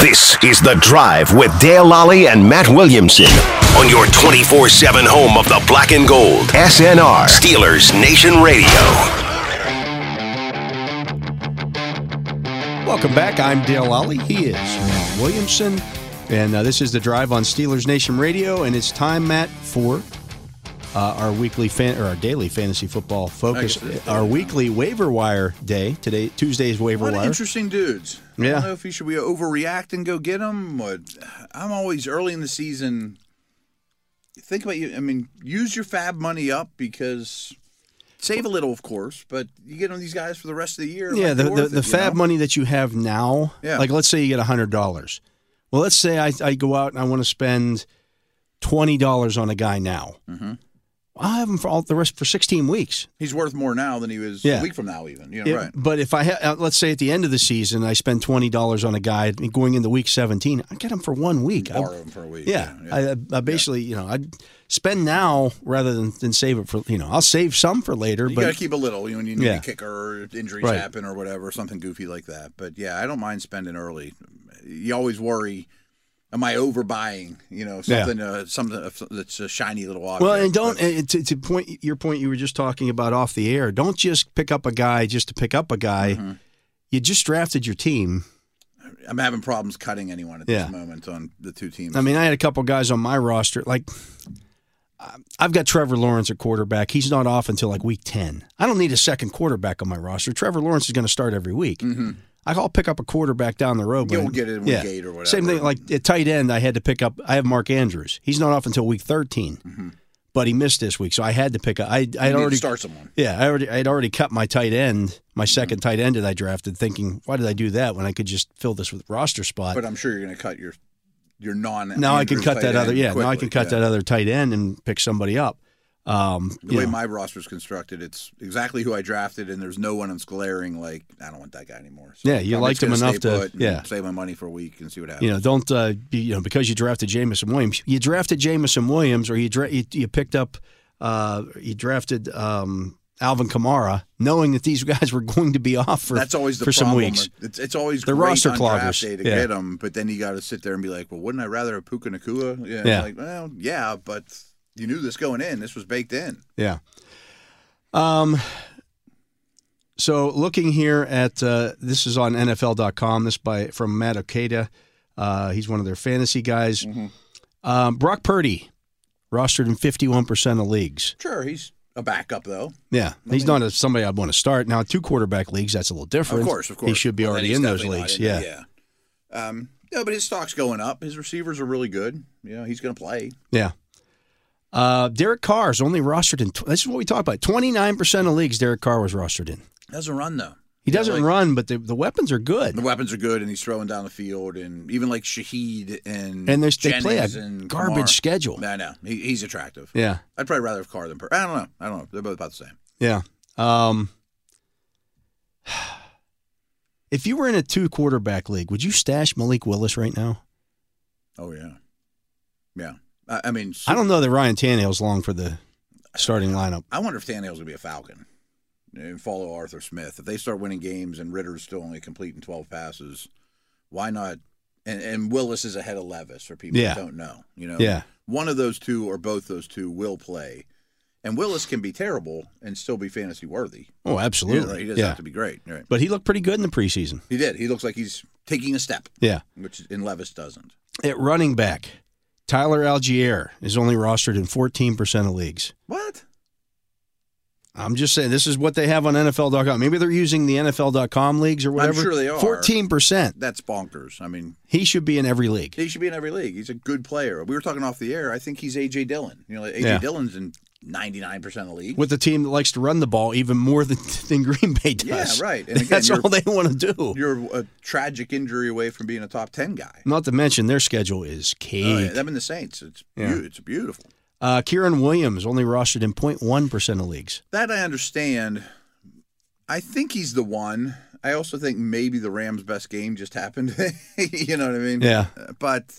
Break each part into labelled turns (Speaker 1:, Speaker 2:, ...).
Speaker 1: This is The Drive with Dale Lally and Matt Williamson on your 24 7 home of the black and gold. SNR, Steelers Nation Radio.
Speaker 2: Welcome back. I'm Dale Lally. He is Matt Williamson. And uh, this is the drive on Steelers Nation Radio. And it's time, Matt, for uh, our weekly fan or our daily fantasy football focus,
Speaker 3: I guess it-
Speaker 2: our weekly waiver wire day today, Tuesday's waiver
Speaker 3: What
Speaker 2: wire.
Speaker 3: interesting dudes. I
Speaker 2: Yeah.
Speaker 3: don't know if you should we overreact and go get them. Or, I'm always early in the season. Think about you. I mean, use your fab money up because save a little, of course, but you get on these guys for the rest of the year. it
Speaker 2: yeah,
Speaker 3: might
Speaker 2: the,
Speaker 3: be
Speaker 2: the,
Speaker 3: worth
Speaker 2: the
Speaker 3: it, you
Speaker 2: fab
Speaker 3: know?
Speaker 2: money that you have now,
Speaker 3: Yeah.
Speaker 2: like let's say you get $100. Well, let's say I, I go out and I want to spend $20 on a guy now.
Speaker 3: Mm-hmm.
Speaker 2: I'll have him for all the rest for 16 weeks.
Speaker 3: He's worth more now than he was
Speaker 2: Yeah.
Speaker 3: a week from now, even. You know,
Speaker 2: Yeah,
Speaker 3: right?
Speaker 2: But if I ha- uh, let's say at the end of the season I spend twenty dollars on a guy and going into week seventeen, I get him for one week. I-
Speaker 3: Borrow him for a week.
Speaker 2: yeah,
Speaker 3: you know,
Speaker 2: I, I- I basically you know I spend now rather than, than save it for you know I'll save some for later.
Speaker 3: You
Speaker 2: but
Speaker 3: gotta keep a little, you know, when you need
Speaker 2: Yeah.
Speaker 3: a kicker or injuries
Speaker 2: Right.
Speaker 3: happen or whatever, something goofy like that. But yeah, I don't mind spending early. You always worry, am I overbuying? You know,
Speaker 2: Yeah.
Speaker 3: something, uh, something that's a shiny little object.
Speaker 2: well, and don't
Speaker 3: But
Speaker 2: uh, to, to point your point you were just talking about off the air. Don't just pick up a guy just to pick up a guy.
Speaker 3: Mm-hmm.
Speaker 2: You just drafted your team.
Speaker 3: I'm having problems cutting anyone at
Speaker 2: Yeah.
Speaker 3: this moment on the two teams.
Speaker 2: I mean, I had a couple guys on my roster. Like, I- I've got Trevor Lawrence at quarterback. He's not off until like week 10. I don't need a second quarterback on my roster. Trevor Lawrence is going to start every week. I'll pick up a quarterback down the road.
Speaker 3: Mm-hmm. You'll
Speaker 2: but-
Speaker 3: get it in Wingate or
Speaker 2: Same
Speaker 3: whatever.
Speaker 2: thing, like at tight end, I had to pick up, I have Mark Andrews. He's not off until week 13, but he missed this week. So I had to pick up, I, I
Speaker 3: Mm-hmm. you
Speaker 2: had
Speaker 3: need to
Speaker 2: already,
Speaker 3: start Mm-hmm. someone.
Speaker 2: yeah, I already, I had already cut my tight end, my 2nd tight end that I drafted, thinking, why did I do that when I could just fill this with roster spot?
Speaker 3: But I'm sure you're going to cut your your non.
Speaker 2: now I can
Speaker 3: Andrews
Speaker 2: cut
Speaker 3: tight
Speaker 2: that other
Speaker 3: end
Speaker 2: yeah. Now I can
Speaker 3: quickly,
Speaker 2: cut
Speaker 3: yeah.
Speaker 2: that other tight end and pick somebody up. Um,
Speaker 3: The
Speaker 2: you
Speaker 3: way
Speaker 2: know,
Speaker 3: my roster's constructed, it's exactly who I drafted, and there's no one that's glaring like I don't want that guy anymore. So
Speaker 2: Yeah, you
Speaker 3: I'm
Speaker 2: liked
Speaker 3: just
Speaker 2: him
Speaker 3: gonna stay
Speaker 2: enough to-
Speaker 3: put and
Speaker 2: yeah.
Speaker 3: save my money for a week and see what happens.
Speaker 2: you know, don't uh, be- you know because you drafted Jamison Williams, you drafted Jamison Williams, or you dra- you, you picked up, uh, you drafted um, Alvin Kamara, knowing that these guys were going to be off for
Speaker 3: That's always the
Speaker 2: for some
Speaker 3: problem.
Speaker 2: weeks.
Speaker 3: It's, it's always
Speaker 2: They're
Speaker 3: great
Speaker 2: roster
Speaker 3: on
Speaker 2: cloggers.
Speaker 3: draft day to
Speaker 2: Yeah.
Speaker 3: get them, but then you got to sit there and be like, well, wouldn't I rather have Puka Nakua? Yeah,
Speaker 2: Yeah.
Speaker 3: Like, well, yeah, but you knew this going in. This was baked in.
Speaker 2: Yeah. Um. So looking here at uh, this is on NFL.com. This by from Matt Okada. Uh, he's one of their fantasy guys.
Speaker 3: Mm-hmm.
Speaker 2: Um, Brock Purdy rostered in 51% of leagues.
Speaker 3: Sure, he's a backup though.
Speaker 2: Yeah, he's not a, somebody I'd want to start. Now, two quarterback leagues, that's a little different.
Speaker 3: Of course, of course.
Speaker 2: He should be
Speaker 3: Well, then
Speaker 2: already
Speaker 3: he's
Speaker 2: in those
Speaker 3: definitely not
Speaker 2: leagues.
Speaker 3: in
Speaker 2: yeah.
Speaker 3: there, yeah. Um, no, but his stock's going up. His receivers are really good. You know, he's going to play.
Speaker 2: Yeah. Uh, Derek Carr's only rostered in. Tw- this is what we talked about. Twenty nine percent of leagues Derek Carr was rostered in.
Speaker 3: Doesn't run though.
Speaker 2: He doesn't
Speaker 3: like-
Speaker 2: run, but the, the weapons are good.
Speaker 3: The weapons are good, and he's throwing down the field, and even like Shahid and
Speaker 2: And there's- they play a
Speaker 3: Jennings and
Speaker 2: garbage
Speaker 3: Kamara.
Speaker 2: schedule.
Speaker 3: I know he, he's attractive.
Speaker 2: Yeah.
Speaker 3: I'd probably rather have Carr than Purdy. I don't know. I don't know. They're both about the same.
Speaker 2: Yeah. Um, if you were in a two quarterback league, would you stash Malik Willis right now?
Speaker 3: Oh yeah, yeah. I, I mean,
Speaker 2: I don't know that Ryan Tannehill's long for the starting lineup.
Speaker 3: I wonder if Tannehill's gonna be a Falcon and follow Arthur Smith. If they start winning games and Ritter's still only completing twelve passes, why not? And, and Willis is ahead of Levis for people
Speaker 2: Yeah.
Speaker 3: who don't know. You know,
Speaker 2: Yeah.
Speaker 3: One of those two or both those two will play, and Willis can be terrible and still be fantasy worthy.
Speaker 2: Oh,
Speaker 3: You know,
Speaker 2: absolutely.
Speaker 3: right? He doesn't
Speaker 2: yeah.
Speaker 3: have to be great. Right?
Speaker 2: But he looked pretty good in the preseason.
Speaker 3: He did. He looks like he's taking a step,
Speaker 2: Yeah.
Speaker 3: which in Levis doesn't.
Speaker 2: At running back, Tyler Algier is only rostered in 14% of leagues.
Speaker 3: What?
Speaker 2: I'm just saying, this is what they have on NFL.com. Maybe they're using the NFL.com leagues or whatever.
Speaker 3: sure they are.
Speaker 2: 14%.
Speaker 3: That's bonkers. I mean,
Speaker 2: He should be in every league.
Speaker 3: He should be in every league. He's a good player. We were talking off the air. I think he's AJ Dillon. You know, like AJ
Speaker 2: Yeah.
Speaker 3: Dillon's in 99% of the league.
Speaker 2: with a team that likes to run the ball even more than, than Green Bay
Speaker 3: Yeah,
Speaker 2: does.
Speaker 3: right. And again,
Speaker 2: That's
Speaker 3: you're-
Speaker 2: all they want to do.
Speaker 3: You're a tragic injury away from being a top 10 guy.
Speaker 2: Not to mention their schedule is
Speaker 3: Oh,
Speaker 2: cake.
Speaker 3: yeah, them and the Saints. It's,
Speaker 2: Yeah.
Speaker 3: beau- it's beautiful.
Speaker 2: uh, Kieran Williams only rostered in 0.1% of leagues.
Speaker 3: That I understand. I think he's the one. I also think maybe the Rams' best game just happened. you know what I mean?
Speaker 2: Yeah.
Speaker 3: Uh, But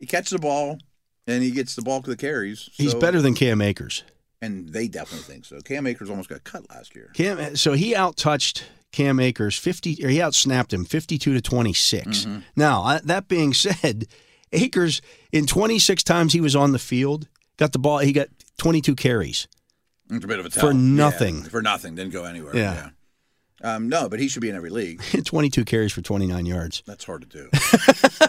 Speaker 3: he catches the ball and he gets the bulk of the carries.
Speaker 2: He's
Speaker 3: so-
Speaker 2: better than Cam Akers.
Speaker 3: And they definitely think so. Cam Akers almost got cut last year.
Speaker 2: Cam, so he outtouched Cam Akers 50, or he outsnapped him 52 to 26.
Speaker 3: Mm-hmm.
Speaker 2: Now, I, that being said, Akers, in 26 times he was on the field, got the ball, he got 22 carries.
Speaker 3: It's a bit of a tell.
Speaker 2: For
Speaker 3: Yeah,
Speaker 2: nothing.
Speaker 3: for nothing. Didn't go anywhere.
Speaker 2: Yeah.
Speaker 3: yeah. Um, no, but he should be in every league.
Speaker 2: 22 carries for 29 yards.
Speaker 3: That's hard to do.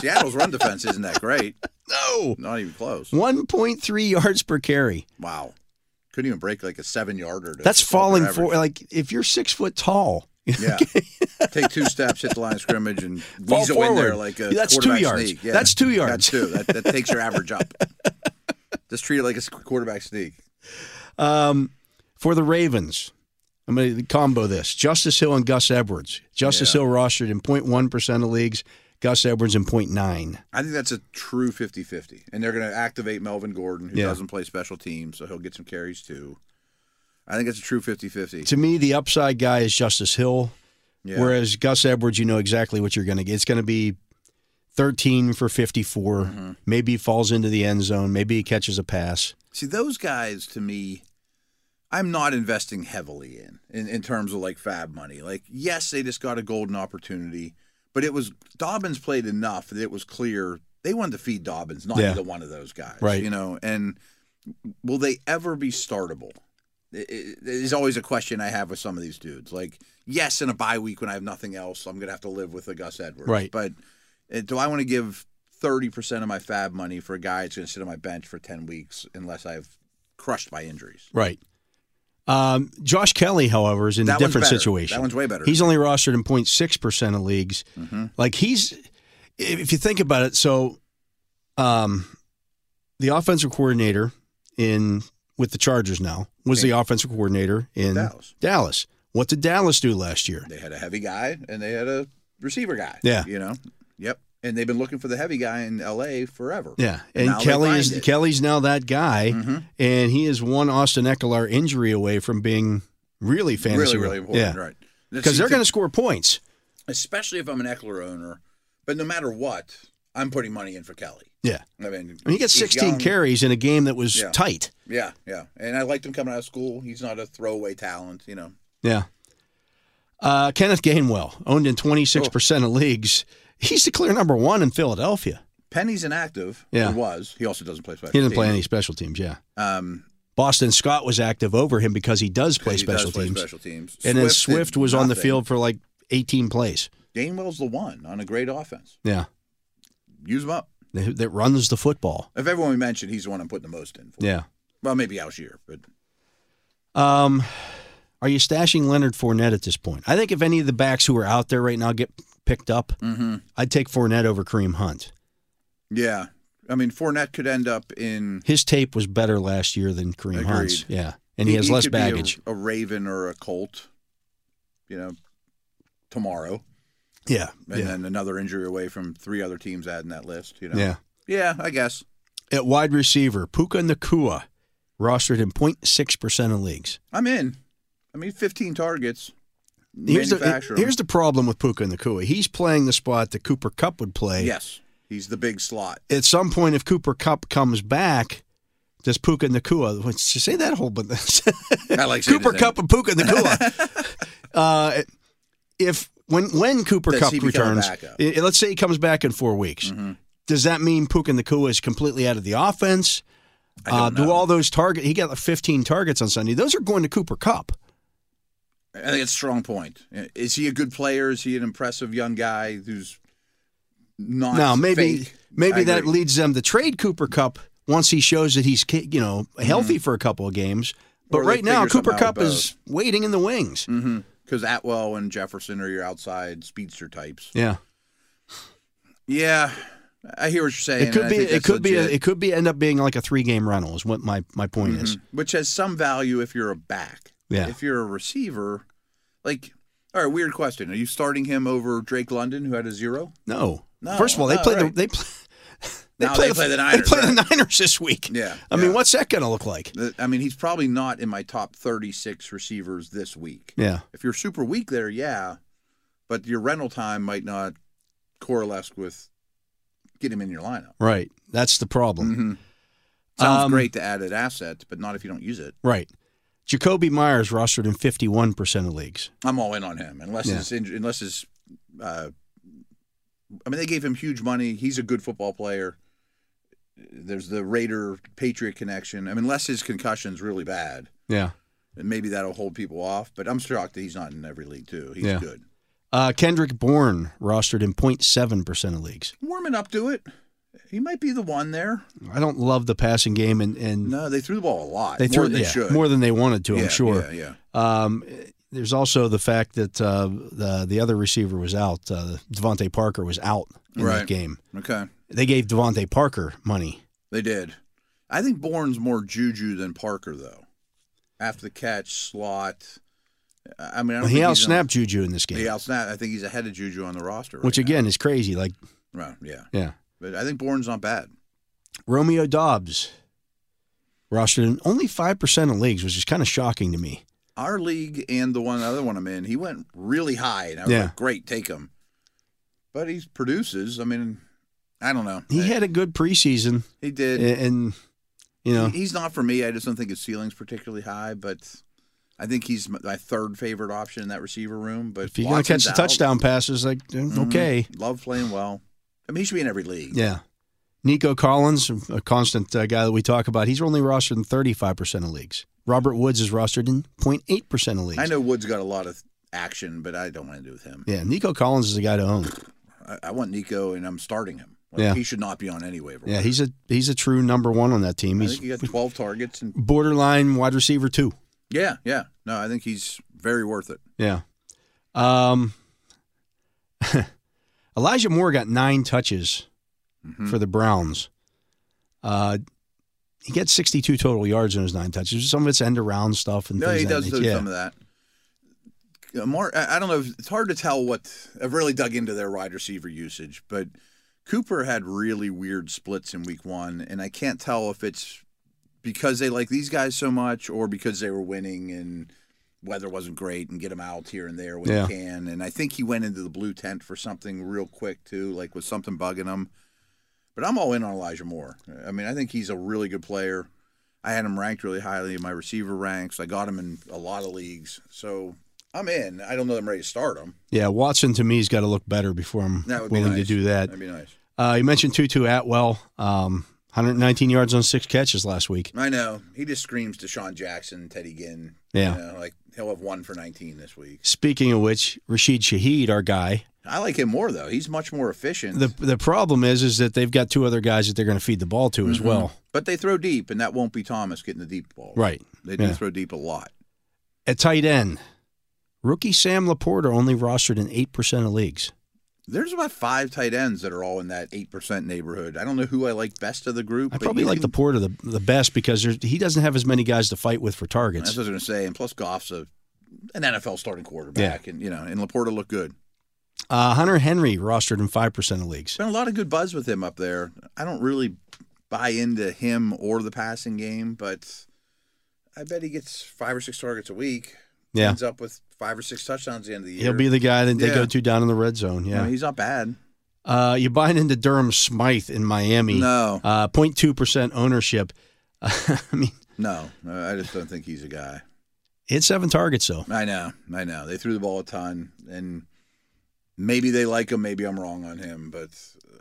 Speaker 3: Seattle's run defense isn't that great.
Speaker 2: No!
Speaker 3: Not even close.
Speaker 2: 1.3 yards per carry.
Speaker 3: Wow. Couldn't even break like a seven yarder. to-
Speaker 2: That's
Speaker 3: to
Speaker 2: falling
Speaker 3: average.
Speaker 2: for, like, if you're six foot tall,
Speaker 3: Yeah. Take two steps, hit the line of scrimmage, and
Speaker 2: Fall
Speaker 3: weasel in there
Speaker 2: forward.
Speaker 3: like a
Speaker 2: That's two
Speaker 3: quarterback
Speaker 2: yards.
Speaker 3: sneak. Yeah.
Speaker 2: That's two yards.
Speaker 3: That's two. That, that takes your average up. Just treat it like a squ- quarterback sneak.
Speaker 2: Um, for the Ravens, I'm going to combo this. Justice Hill and Gus Edwards. Justice Hill rostered in 0.1% of leagues, Gus Edwards in 0.9.
Speaker 3: I think that's a true 50 50. And they're going to activate Melvin Gordon, who
Speaker 2: Yeah.
Speaker 3: doesn't play special teams, so he'll get some carries too. I think it's a true 50 50.
Speaker 2: To me, the upside guy is Justice Hill,
Speaker 3: Yeah.
Speaker 2: whereas Gus Edwards, you know exactly what you're going to get. It's going to be 13 for 54.
Speaker 3: Mm-hmm.
Speaker 2: Maybe he falls into the end zone. Maybe he catches a pass.
Speaker 3: See, those guys to me, I'm not investing heavily in, in in terms of like fab money. Like, yes, they just got a golden opportunity, but it was Dobbins played enough that it was clear they wanted to feed Dobbins, not
Speaker 2: Yeah.
Speaker 3: either one of those guys.
Speaker 2: Right.
Speaker 3: You know, and will they ever be startable? It- it- it is always a question I have with some of these dudes. Like, yes, in a bye week when I have nothing else, I'm gonna have to live with a Gus Edwards.
Speaker 2: Right.
Speaker 3: But uh, do I want to give thirty percent of my fab money for a guy that's gonna sit on my bench for ten weeks unless I've crushed by injuries?
Speaker 2: Right. Um, Josh Kelly, however, is in
Speaker 3: That
Speaker 2: a
Speaker 3: one's
Speaker 2: different
Speaker 3: better.
Speaker 2: situation.
Speaker 3: That one's way better. Mm-hmm.
Speaker 2: He's only rostered in 0.6% of leagues. Like he's, if you think about it, so um, the offensive coordinator in with the Chargers now was the offensive coordinator in
Speaker 3: Dallas.
Speaker 2: Dallas. What did Dallas do last year?
Speaker 3: They had a heavy guy and they had a receiver guy.
Speaker 2: Yeah.
Speaker 3: You know? Yep. And they've been looking for the heavy guy in LA forever.
Speaker 2: Yeah, and
Speaker 3: now they
Speaker 2: Kelly
Speaker 3: find
Speaker 2: is
Speaker 3: it. Mm-hmm.
Speaker 2: Kelly's now that guy, and he is one Austin Eckler injury away from being really fantasy.
Speaker 3: Really, really important.
Speaker 2: yeah.
Speaker 3: Right.
Speaker 2: Because they're
Speaker 3: See,
Speaker 2: going to score points.
Speaker 3: especially if I'm an Eckler owner. But no matter what, I'm putting money in for Kelly.
Speaker 2: Yeah.
Speaker 3: I mean,
Speaker 2: I mean, he got
Speaker 3: he's
Speaker 2: 16
Speaker 3: young.
Speaker 2: carries in a game that was
Speaker 3: Yeah.
Speaker 2: tight.
Speaker 3: Yeah, yeah. And I liked him coming out of school. He's not a throwaway talent, you know.
Speaker 2: Yeah. Uh, Kenneth Gainwell, owned in
Speaker 3: Oh.
Speaker 2: 26% of leagues. He's the clear number one in Philadelphia.
Speaker 3: Penny's inactive.
Speaker 2: Yeah.
Speaker 3: He was. He also doesn't play special
Speaker 2: He didn't play
Speaker 3: teams.
Speaker 2: any special teams, yeah.
Speaker 3: Um,
Speaker 2: Boston Scott was active over him because he does play
Speaker 3: he does
Speaker 2: special
Speaker 3: play
Speaker 2: teams.
Speaker 3: special teams.
Speaker 2: and then
Speaker 3: did
Speaker 2: Swift was on the
Speaker 3: nothing.
Speaker 2: field for like 18 plays.
Speaker 3: Gainwell's the one on a great offense.
Speaker 2: Yeah.
Speaker 3: Use him up.
Speaker 2: That that runs the football.
Speaker 3: If everyone we mentioned, he's the one I'm putting the most in for.
Speaker 2: Yeah.
Speaker 3: Well, maybe Algier, but
Speaker 2: Um, are you stashing Leonard Fournette at this point? I think if any of the backs who are out there right now get picked up,
Speaker 3: Mm-hmm.
Speaker 2: I'd take Fournette over Kareem Hunt.
Speaker 3: yeah. I mean, Fournette could end up in.
Speaker 2: His tape was better last year than Kareem
Speaker 3: Agreed.
Speaker 2: Hunt's. Yeah. And he, has less
Speaker 3: could be a-
Speaker 2: baggage.
Speaker 3: A, Raven or a Colt, you know, tomorrow,
Speaker 2: Yeah.
Speaker 3: and
Speaker 2: yeah.
Speaker 3: then another injury away from three other teams adding that list. You know.
Speaker 2: Yeah.
Speaker 3: Yeah, I guess.
Speaker 2: At wide receiver, Puka Nakua, rostered in 0.6% of leagues.
Speaker 3: I'm in. I mean, 15 targets.
Speaker 2: Here's the,
Speaker 3: Manufacture 'em.
Speaker 2: here's the problem with Puka Nakua. He's playing the spot that Cooper Cup would play.
Speaker 3: Yes, he's the big slot.
Speaker 2: At some point, if Cooper Cup comes back, does Puka Nakua, which- say that whole but
Speaker 3: I like saying
Speaker 2: Cooper
Speaker 3: his name.
Speaker 2: Cup and Puka Nakua. uh, if when when Cooper
Speaker 3: Does
Speaker 2: Cup
Speaker 3: he become a
Speaker 2: returns,
Speaker 3: backup? Mm-hmm.
Speaker 2: i- let's say he comes back in four weeks, does that mean Puka Nakua is completely out of the offense?
Speaker 3: I don't
Speaker 2: uh, do
Speaker 3: know.
Speaker 2: all those target? He got like 15 targets on Sunday. Those are going to Cooper Cup.
Speaker 3: I think it's a strong point. Is he a good player? Is he an impressive young guy who's not?
Speaker 2: Now maybe
Speaker 3: fake?
Speaker 2: maybe
Speaker 3: I
Speaker 2: that
Speaker 3: agree.
Speaker 2: leads them to trade Cooper Cup once he shows that he's ki- you know healthy for a couple of games. But
Speaker 3: Mm-hmm. Or they
Speaker 2: right now
Speaker 3: figure
Speaker 2: Cooper
Speaker 3: something out Mm.
Speaker 2: Cup
Speaker 3: with
Speaker 2: is waiting in the wings.
Speaker 3: because Atwell and Jefferson are your outside speedster types.
Speaker 2: Yeah.
Speaker 3: Yeah, I hear what you're saying.
Speaker 2: It could
Speaker 3: and I
Speaker 2: be.
Speaker 3: think
Speaker 2: It
Speaker 3: that's
Speaker 2: could be. A,
Speaker 3: legit,
Speaker 2: it could be end up being like a three game rental. Is what my my point is.
Speaker 3: which has some value if you're a back.
Speaker 2: Yeah.
Speaker 3: If you're a receiver, like, all right, weird question. Are you starting him over Drake London, who had a zero?
Speaker 2: No.
Speaker 3: Mm-hmm. No,
Speaker 2: First of all, they
Speaker 3: no,
Speaker 2: played.
Speaker 3: right.
Speaker 2: The, they play,
Speaker 3: No, they play the
Speaker 2: They
Speaker 3: Niners,
Speaker 2: play
Speaker 3: right.
Speaker 2: the Niners this week.
Speaker 3: Yeah,
Speaker 2: I mean,
Speaker 3: yeah.
Speaker 2: what's that going to look like?
Speaker 3: Th- I mean, he's probably not in my top 36 receivers this week.
Speaker 2: Yeah.
Speaker 3: If you're super weak there, yeah, but your rental time might not correlate with get him in your lineup.
Speaker 2: Right. That's the problem.
Speaker 3: Mhm. Sounds
Speaker 2: Mm-hmm. Um,
Speaker 3: great to add an asset, but not if you don't use it.
Speaker 2: Right. Jacoby Myers rostered in 51% of leagues.
Speaker 3: I'm all in on him unless
Speaker 2: Yeah.
Speaker 3: it's in, unless it's. Uh, I mean, they gave him huge money. He's a good football player. There's the Raider Patriot connection. I mean, unless his concussion's really bad,
Speaker 2: Yeah.
Speaker 3: and maybe that'll hold people off. But I'm shocked that he's not in every league too. He's
Speaker 2: Yeah.
Speaker 3: good.
Speaker 2: Uh, Kendrick Bourne rostered in 0.7% of leagues.
Speaker 3: warming up to it. He might be the one there.
Speaker 2: I don't love the passing game, and, and
Speaker 3: No, they threw the ball a
Speaker 2: Mm.
Speaker 3: lot.
Speaker 2: they
Speaker 3: more
Speaker 2: threw
Speaker 3: than they
Speaker 2: yeah,
Speaker 3: should.
Speaker 2: more than they wanted to,
Speaker 3: yeah,
Speaker 2: I'm sure.
Speaker 3: Yeah, yeah.
Speaker 2: Um, there's also the fact that uh, the, the other receiver was out. Uh, Devontae Parker was out in
Speaker 3: Right.
Speaker 2: that game.
Speaker 3: Okay,
Speaker 2: They gave Devontae Parker money.
Speaker 3: they did. I think Bourne's more juju than Parker though. After the catch, slot. I I mean, I don't
Speaker 2: He
Speaker 3: think he's on-
Speaker 2: outsnapped Juju in this game,
Speaker 3: He outsnapped. I think he's ahead of Juju on the roster. Right
Speaker 2: which
Speaker 3: now.
Speaker 2: again is crazy. Like,
Speaker 3: Right, yeah.
Speaker 2: yeah.
Speaker 3: But I think Bourne's not bad.
Speaker 2: Romeo Dobbs rostered in only 5% of leagues, which is kind of shocking to me.
Speaker 3: Our league and the one other one I'm in, he went really high, and I was
Speaker 2: Yeah.
Speaker 3: like, "Great, take him." But he produces. I mean, I don't know.
Speaker 2: He had a good preseason,
Speaker 3: he did.
Speaker 2: and, and you know,
Speaker 3: He- He's not for me. I just don't think his ceiling's particularly high, but I think he's m- my third favorite option in that receiver room. But
Speaker 2: if you're going to catch
Speaker 3: Watson's
Speaker 2: the
Speaker 3: out.
Speaker 2: touchdown passes, like, eh,
Speaker 3: Mhm.
Speaker 2: okay.
Speaker 3: love playing well. I mean, he should be in every league.
Speaker 2: Yeah. Nico Collins, a constant uh, guy that we talk about, he's only rostered in 35% of leagues. Robert Woods is rostered in 0.8% of leagues.
Speaker 3: I know Wood's got a lot of action, but I don't want to do with him.
Speaker 2: Yeah, Nico Collins is a guy to own.
Speaker 3: I, I want Nico, and I'm starting him. Like,
Speaker 2: Yeah.
Speaker 3: he should not be on any waiver.
Speaker 2: Yeah,
Speaker 3: wire.
Speaker 2: he's a he's a true number one on that team.
Speaker 3: I
Speaker 2: He's
Speaker 3: think he got 12 targets, and
Speaker 2: borderline wide receiver two.
Speaker 3: yeah, yeah. No, I think he's very worth it.
Speaker 2: Yeah. Um, Elijah Moore got nine touches
Speaker 3: Mm-hmm. Hmm.
Speaker 2: for the Browns. Uh, he gets 62 total yards in his nine touches. Some of it's end around stuff and
Speaker 3: No,
Speaker 2: things
Speaker 3: he
Speaker 2: of that
Speaker 3: does do
Speaker 2: nature. yeah.
Speaker 3: some of that. Uh, Mar- I I don't know. if- It's hard to tell what. I've really dug into their wide receiver usage, but Cooper had really weird splits in week one, and I can't tell if it's because they like these guys so much or because they were winning and weather wasn't great and get them out here and there when
Speaker 2: Yeah.
Speaker 3: you can. And I think he went into the blue tent for something real quick too, like with something bugging him. But I'm all in on Elijah Moore. I mean, I think he's a really good player. I had him ranked really highly in my receiver ranks. I got him in a lot of leagues, so I'm in. I don't know that I'm ready to start him.
Speaker 2: Yeah, Watson to me's got to look better before I'm
Speaker 3: That would
Speaker 2: willing
Speaker 3: be nice.
Speaker 2: to do that.
Speaker 3: That'd be nice.
Speaker 2: Uh, you mentioned Tutu Atwell, um, 119 yards on six catches last week.
Speaker 3: I know he just screams to Sean Jackson, Teddy Ginn.
Speaker 2: Yeah.
Speaker 3: you know, like he'll have one for 19 this week.
Speaker 2: Speaking of which, Rashid Shaheed, our guy.
Speaker 3: I like him more though. He's much more efficient.
Speaker 2: The the problem is is that they've got two other guys that they're going to feed the ball to
Speaker 3: Mm-hmm.
Speaker 2: as well.
Speaker 3: but they throw deep, and that won't be Thomas getting the deep ball.
Speaker 2: Right.
Speaker 3: They do
Speaker 2: Yeah.
Speaker 3: throw deep a lot.
Speaker 2: At tight end, rookie Sam Laporta only rostered in 8% of leagues.
Speaker 3: There's about five tight ends that are all in that eight percent neighborhood. I don't know who I like best of the group.
Speaker 2: I
Speaker 3: but
Speaker 2: probably
Speaker 3: you
Speaker 2: like
Speaker 3: can-
Speaker 2: the Porter the, the best because there's, he doesn't have as many guys to fight with for
Speaker 3: That's
Speaker 2: targets.
Speaker 3: what I was going to say. And plus, Goff's a an NFL starting quarterback, and you know, and Laporta looked good.
Speaker 2: Uh, Hunter Henry rostered in 5% of leagues.
Speaker 3: Been a lot of good buzz with him up there. I don't really buy into him or the passing game, but I bet he gets five or six targets a week.
Speaker 2: Yeah.
Speaker 3: ends up with five or six touchdowns at the end of the year.
Speaker 2: He'll be the guy that they
Speaker 3: Yeah.
Speaker 2: go to down in the red zone.
Speaker 3: You know,
Speaker 2: Yeah.
Speaker 3: he's not bad.
Speaker 2: Uh, you buying into Durham Smythe in Miami.
Speaker 3: No.
Speaker 2: Uh, 0.2% ownership. I mean,
Speaker 3: No, uh, I just don't think he's a guy.
Speaker 2: he had seven targets, though.
Speaker 3: I know, I know. They threw the ball a ton, and maybe they like him. Maybe I'm wrong on him, but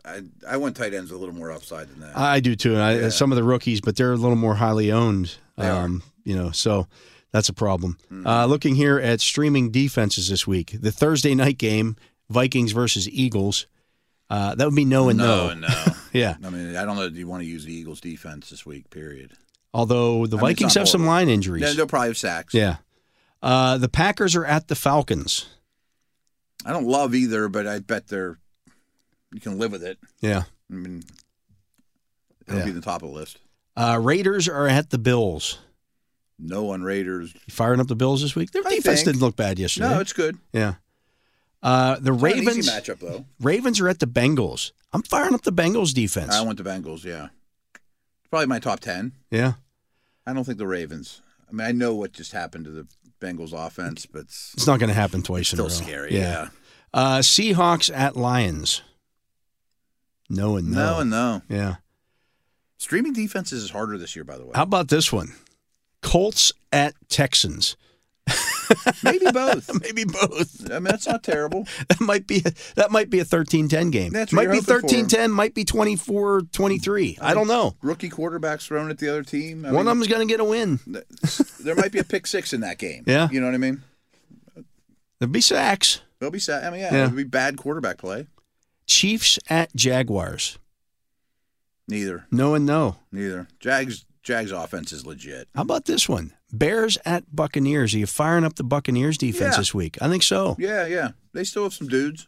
Speaker 3: I I want tight ends with a little more upside than that.
Speaker 2: I do too. And I,
Speaker 3: Yeah.
Speaker 2: Some of the rookies, but they're a little more highly owned. um,
Speaker 3: They are. Hmm.
Speaker 2: You know, so that's a problem. Uh, looking here at streaming defenses this week, the Thursday night game, Vikings versus Eagles. Uh, that would be no and no.
Speaker 3: no, no.
Speaker 2: Yeah.
Speaker 3: I mean, I don't know. Do you want to use the Eagles' defense this week? Period.
Speaker 2: Although the
Speaker 3: I mean, it's
Speaker 2: Vikings
Speaker 3: not
Speaker 2: have some
Speaker 3: horrible.
Speaker 2: line
Speaker 3: Then
Speaker 2: injuries.
Speaker 3: they'll probably have sacks.
Speaker 2: Yeah. Uh, the Packers are at the Falcons.
Speaker 3: I don't love either, but I bet they're. You can live with it.
Speaker 2: Yeah.
Speaker 3: I mean, it'll
Speaker 2: Yeah.
Speaker 3: be the top of the list.
Speaker 2: Uh, Raiders are at the Bills.
Speaker 3: No on Raiders.
Speaker 2: You firing up the Bills this week? Their
Speaker 3: I
Speaker 2: defense
Speaker 3: think.
Speaker 2: didn't look bad yesterday.
Speaker 3: No, it's good.
Speaker 2: yeah. Uh, the
Speaker 3: Not an easy
Speaker 2: Ravens.
Speaker 3: matchup though.
Speaker 2: Ravens are at the Bengals. I'm firing up the Bengals defense.
Speaker 3: I went the Bengals. Yeah, probably my top ten.
Speaker 2: yeah.
Speaker 3: I don't think the Ravens. I mean, I know what just happened to the Bengals offense, but it's
Speaker 2: It's not going to happen twice in a
Speaker 3: still
Speaker 2: row.
Speaker 3: scary. Yeah.
Speaker 2: Uh, Seahawks at Lions. No and no.
Speaker 3: No and no.
Speaker 2: yeah.
Speaker 3: Streaming defenses is harder this year, by the way.
Speaker 2: How about this one? Colts at Texans.
Speaker 3: Maybe both.
Speaker 2: Maybe both.
Speaker 3: I mean, that's not terrible.
Speaker 2: That might be that might be a 13-10 game.
Speaker 3: That's what
Speaker 2: might
Speaker 3: you're
Speaker 2: be
Speaker 3: hoping for.
Speaker 2: 13-10, might be 24-23. I don't know.
Speaker 3: Rookie quarterbacks thrown at the other team. I
Speaker 2: One of
Speaker 3: mean,
Speaker 2: them's going to get a win.
Speaker 3: there might be a pick six in that game.
Speaker 2: Yeah.
Speaker 3: You know what I mean?
Speaker 2: There'll be sacks.
Speaker 3: They'll be sad. I mean, yeah,
Speaker 2: Yeah.
Speaker 3: it'll be bad quarterback play.
Speaker 2: Chiefs at Jaguars.
Speaker 3: Neither.
Speaker 2: No and no.
Speaker 3: Neither. Jags Jags offense is legit.
Speaker 2: How about this one? Bears at Buccaneers. Are you firing up the Buccaneers defense
Speaker 3: Yeah.
Speaker 2: this week? I think so.
Speaker 3: Yeah, yeah. They still have some dudes.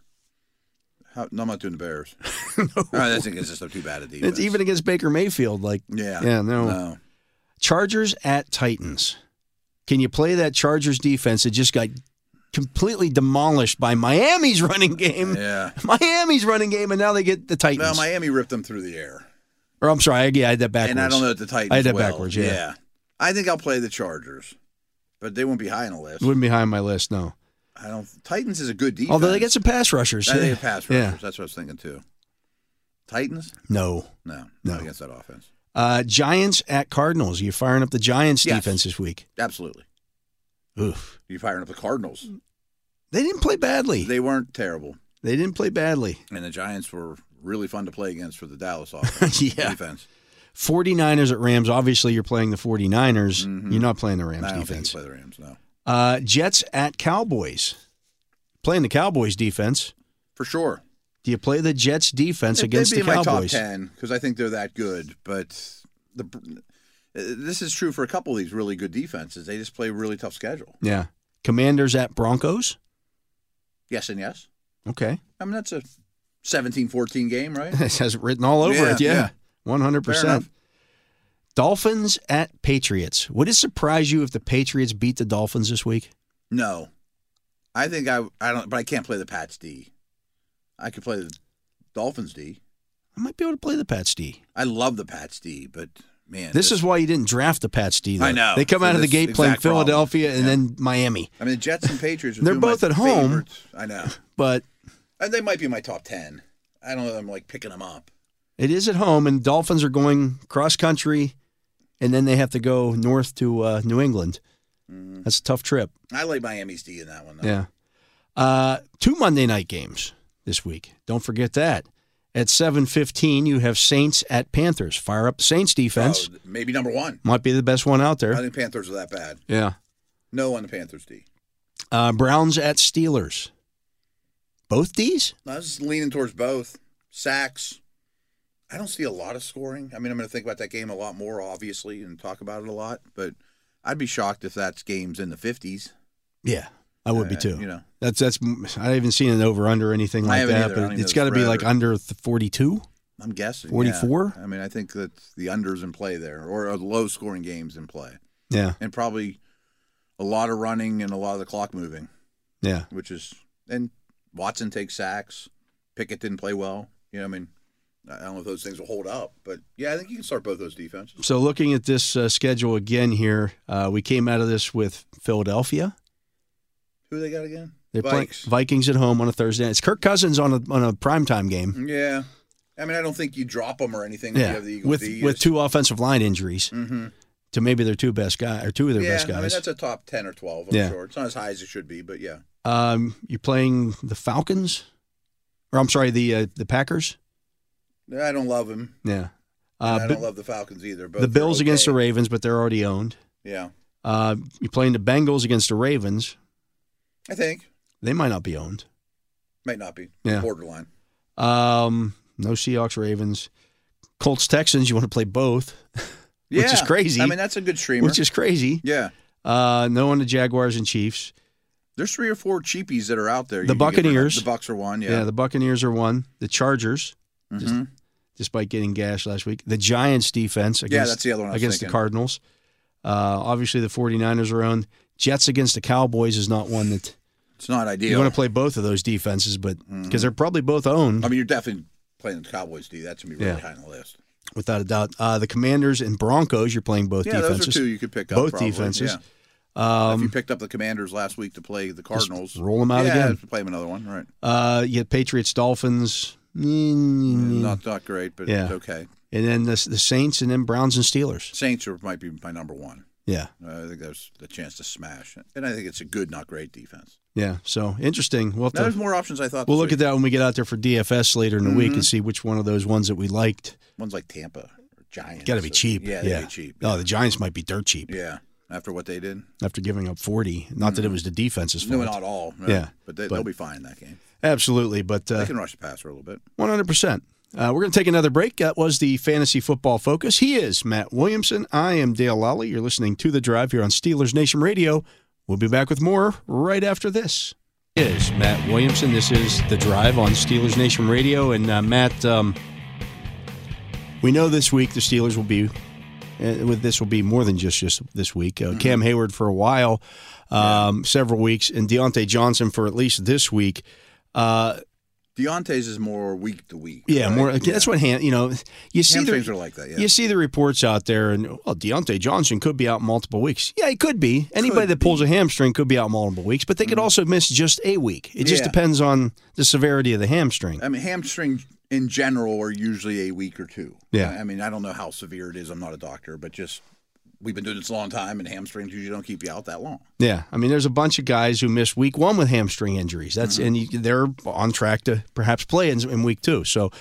Speaker 3: How, no, I'm not doing the Bears. no. that's against us. They're too bad at defense.
Speaker 2: It's even against Baker Mayfield. Like
Speaker 3: Yeah.
Speaker 2: Yeah, no.
Speaker 3: No.
Speaker 2: Chargers at Titans. Can you play that Chargers defense that just got completely demolished by Miami's running game?
Speaker 3: Yeah.
Speaker 2: Miami's running game, and now they get the Titans.
Speaker 3: Well, Miami ripped them through the air.
Speaker 2: or I'm sorry, I, yeah, I had that backwards.
Speaker 3: And I don't know if the Titans.
Speaker 2: I had that
Speaker 3: will.
Speaker 2: backwards, yeah.
Speaker 3: I think I'll play the Chargers, but they won't be high on the list.
Speaker 2: It wouldn't be high on my list. No,
Speaker 3: I don't. Titans is a good defense.
Speaker 2: although they get some pass rushers.
Speaker 3: I think they pass rushers.
Speaker 2: Yeah.
Speaker 3: That's what I was thinking too. Titans?
Speaker 2: No.
Speaker 3: No,
Speaker 2: No.
Speaker 3: not against that offense.
Speaker 2: Uh, Giants at Cardinals. Are you firing up the Giants
Speaker 3: Yes.
Speaker 2: defense this week?
Speaker 3: Absolutely.
Speaker 2: Oof.
Speaker 3: You firing up the Cardinals?
Speaker 2: They didn't play badly. They,
Speaker 3: They weren't terrible,
Speaker 2: didn't play badly.
Speaker 3: and the Giants were really fun to play against for the Dallas offense.
Speaker 2: Yeah.
Speaker 3: defense.
Speaker 2: 49ers at Rams. Obviously, you're playing the 49ers. You're not playing the Rams
Speaker 3: Mm-hmm. I don't
Speaker 2: defense.
Speaker 3: think you play the Rams. No,
Speaker 2: Uh, Jets at Cowboys. Playing the Cowboys defense.
Speaker 3: for sure.
Speaker 2: Do you play the Jets defense
Speaker 3: They'd
Speaker 2: against
Speaker 3: be
Speaker 2: the
Speaker 3: in my top
Speaker 2: Cowboys?
Speaker 3: ten because I think they're that good. But the uh, this is true for a couple of these really good defenses. They just play a really tough schedule.
Speaker 2: Yeah. Commanders at Broncos.
Speaker 3: Yes and yes.
Speaker 2: Okay.
Speaker 3: I mean that's a 17-14 game, right?
Speaker 2: it has it written all over
Speaker 3: Yeah,
Speaker 2: it. Yeah.
Speaker 3: yeah.
Speaker 2: 100%.
Speaker 3: enough.
Speaker 2: Dolphins at Patriots. Would it surprise you if the Patriots beat the Dolphins this week?
Speaker 3: No, I think I I don't, but I can't play the Pats D. I could play the Dolphins D.
Speaker 2: I might be able to play the Pats D.
Speaker 3: I love the Pats D, but man,
Speaker 2: This is why you didn't draft the Pats D. Though.
Speaker 3: I know.
Speaker 2: They come out of the
Speaker 3: This
Speaker 2: gate playing
Speaker 3: exact problem.
Speaker 2: Philadelphia and
Speaker 3: Yeah.
Speaker 2: then Miami.
Speaker 3: I mean, the Jets and Patriots. Are
Speaker 2: They're
Speaker 3: two of my
Speaker 2: both at home.
Speaker 3: favorites. I know,
Speaker 2: But
Speaker 3: and they might be my top ten. I don't know. that I'm like picking them up.
Speaker 2: It is at home, and Dolphins are going cross country, and then they have to go north to uh, New England. That's a tough trip.
Speaker 3: I like Miami's D in that one. Though.
Speaker 2: Yeah. Uh, two Monday night games this week. Don't forget that. At seven fifteen, you have Saints at Panthers. Fire up the Saints defense.
Speaker 3: Oh, maybe number one.
Speaker 2: Might be the best one out
Speaker 3: I
Speaker 2: there.
Speaker 3: think Panthers are that bad.
Speaker 2: Yeah.
Speaker 3: No on the Panthers D.
Speaker 2: Uh, Browns at Steelers. Both D's.
Speaker 3: I was leaning towards both sacks. I don't see a lot of scoring. I mean, I'm going to think about that game a lot more, obviously, and talk about it a lot. But I'd be shocked if that's games in the 50s.
Speaker 2: Yeah, I would be
Speaker 3: Uh,
Speaker 2: too.
Speaker 3: you know.
Speaker 2: That's that's. I haven't seen an over under or anything
Speaker 3: I
Speaker 2: like
Speaker 3: haven't
Speaker 2: that,
Speaker 3: either. I don't
Speaker 2: but
Speaker 3: even
Speaker 2: it's
Speaker 3: know
Speaker 2: got
Speaker 3: the
Speaker 2: to be
Speaker 3: spread
Speaker 2: like
Speaker 3: or-
Speaker 2: under forty two.
Speaker 3: I'm guessing yeah.
Speaker 2: 44?
Speaker 3: I mean, I think that the unders in play there, or low scoring games in play,
Speaker 2: Yeah,
Speaker 3: and probably a lot of running and a lot of the clock moving,
Speaker 2: yeah.
Speaker 3: which is and Watson takes sacks. Pickett didn't play well. You know, I mean, I don't know if those things will hold up, but yeah, I think you can start both those defenses.
Speaker 2: So, looking at this uh, schedule again here, uh, we came out of this with Philadelphia.
Speaker 3: Who they got again?
Speaker 2: They're
Speaker 3: Vikes.
Speaker 2: playing Vikings at home on a Thursday. night. It's Kirk Cousins on a on a primetime game.
Speaker 3: Yeah, I mean, I don't think you drop them or anything. If Mm-hmm. you
Speaker 2: Yeah,
Speaker 3: have the Eagles
Speaker 2: with
Speaker 3: D, you
Speaker 2: with
Speaker 3: just-
Speaker 2: two offensive line injuries
Speaker 3: Mhm.
Speaker 2: to maybe their two best guy or two of their
Speaker 3: Yeah,
Speaker 2: best
Speaker 3: I mean
Speaker 2: guys.
Speaker 3: that's a top ten or twelve. I'm
Speaker 2: Yeah.
Speaker 3: sure it's not as high as it should be, but yeah,
Speaker 2: um, you're playing the Falcons, or I'm sorry, the uh, the Packers.
Speaker 3: I don't love him.
Speaker 2: Yeah,
Speaker 3: and
Speaker 2: uh,
Speaker 3: I
Speaker 2: but
Speaker 3: don't love the Falcons either. But
Speaker 2: the Bills against the Ravens, but they're already owned.
Speaker 3: Yeah,
Speaker 2: Uh, you're playing the Bengals against the Ravens.
Speaker 3: I think
Speaker 2: They might not be owned.
Speaker 3: might not be
Speaker 2: Yeah.
Speaker 3: borderline.
Speaker 2: Um, no Seahawks, Ravens, Colts, Texans. You want to play both,
Speaker 3: Yeah,
Speaker 2: Which is crazy.
Speaker 3: I mean, that's a good streamer.
Speaker 2: which is crazy.
Speaker 3: yeah,
Speaker 2: Uh, no on the Jaguars and Chiefs.
Speaker 3: there's three or four cheapies that are out there.
Speaker 2: The
Speaker 3: you can get rid of.
Speaker 2: Buccaneers.
Speaker 3: the Bucks are one.
Speaker 2: Yeah,
Speaker 3: Yeah,
Speaker 2: the Buccaneers are one. The Chargers,
Speaker 3: Mhm.
Speaker 2: despite getting gashed last week. The Giants defense against,
Speaker 3: that's the other one I was
Speaker 2: against the
Speaker 3: thinking.
Speaker 2: Cardinals. Uh, obviously, the 49ers are owned. Jets against the Cowboys is not one that
Speaker 3: It's not
Speaker 2: you
Speaker 3: ideal.
Speaker 2: want to play both of those defenses, but
Speaker 3: Mm-hmm.
Speaker 2: because they're probably both owned
Speaker 3: I mean, you're definitely playing the Cowboys, D. That's gonna be really
Speaker 2: Yeah.
Speaker 3: high on the list.
Speaker 2: without a doubt. Uh, the Commanders and Broncos, you're playing both
Speaker 3: yeah,
Speaker 2: defenses.
Speaker 3: those are two you could pick up.
Speaker 2: both
Speaker 3: probably.
Speaker 2: defenses. Um,
Speaker 3: Yeah. if you picked up the Commanders last week to play the Cardinals,
Speaker 2: roll 'em out
Speaker 3: yeah,
Speaker 2: again.
Speaker 3: Play them another one, right?
Speaker 2: Uh, you had Patriots, Dolphins, mm,
Speaker 3: Not not great, but
Speaker 2: Yeah.
Speaker 3: it's okay.
Speaker 2: and then the, the Saints, and then Browns and Steelers.
Speaker 3: Saints are, might be my number one.
Speaker 2: Yeah,
Speaker 3: I think there's the chance to smash, and I think it's a good, not great defense.
Speaker 2: yeah. So interesting. We'll, have
Speaker 3: Now,
Speaker 2: to-
Speaker 3: there's more options I thought.
Speaker 2: we'll
Speaker 3: this
Speaker 2: look at
Speaker 3: week.
Speaker 2: that when we get out there for DFS later in the
Speaker 3: Mm-hmm.
Speaker 2: week and see which one of those ones that we liked.
Speaker 3: Ones like Tampa or Giants.
Speaker 2: Got to be
Speaker 3: or-
Speaker 2: cheap.
Speaker 3: Yeah, they be cheap. Yeah.
Speaker 2: Oh, the Giants might be dirt cheap
Speaker 3: Yeah. Mm-hmm. After what they did,
Speaker 2: after giving up forty. Not that it was the defense's fault.
Speaker 3: no, not all. no.
Speaker 2: Yeah,
Speaker 3: but, they,
Speaker 2: but-
Speaker 3: they'll be fine in that game.
Speaker 2: Absolutely, but
Speaker 3: They
Speaker 2: uh,
Speaker 3: can rush the passer a little bit.
Speaker 2: 100%. Uh, we're going to take another break. That was the Fantasy Football Focus. He is Matt Williamson. I am Dale Lally. You're listening to The Drive here on Steelers Nation Radio. We'll be back with more right after this. Is Matt Williamson. This is The Drive on Steelers Nation Radio. And uh, Matt, um, we know this week the Steelers will be, uh, with this will be more than just, just this week. Uh, Cam Hayward for a while, um, several weeks, and Deontay Johnson for at least this week. Uh,
Speaker 3: Deontay's is more week to week.
Speaker 2: yeah,
Speaker 3: right?
Speaker 2: more. That's what hand. You know, you see
Speaker 3: Hamstrings
Speaker 2: the
Speaker 3: are like that. Yeah.
Speaker 2: you see the reports out there, and well, Deontay Johnson could be out multiple weeks. Yeah, he could be. Anybody
Speaker 3: Could Mm-hmm.
Speaker 2: that pulls a hamstring could be out multiple weeks, but they could also miss just a week. It just
Speaker 3: Yeah. Uh,
Speaker 2: depends on the severity of the hamstring.
Speaker 3: I mean, hamstring in general are usually a week or two.
Speaker 2: Yeah.
Speaker 3: I mean, I don't know how severe it is. I'm not a doctor, but just we've been doing this a long time, and hamstrings usually don't keep you out that long.
Speaker 2: Yeah, I mean, there's a bunch of guys who miss week one with hamstring injuries. That's
Speaker 3: Mm-hmm.
Speaker 2: and you, they're on track to perhaps play in, in week two. So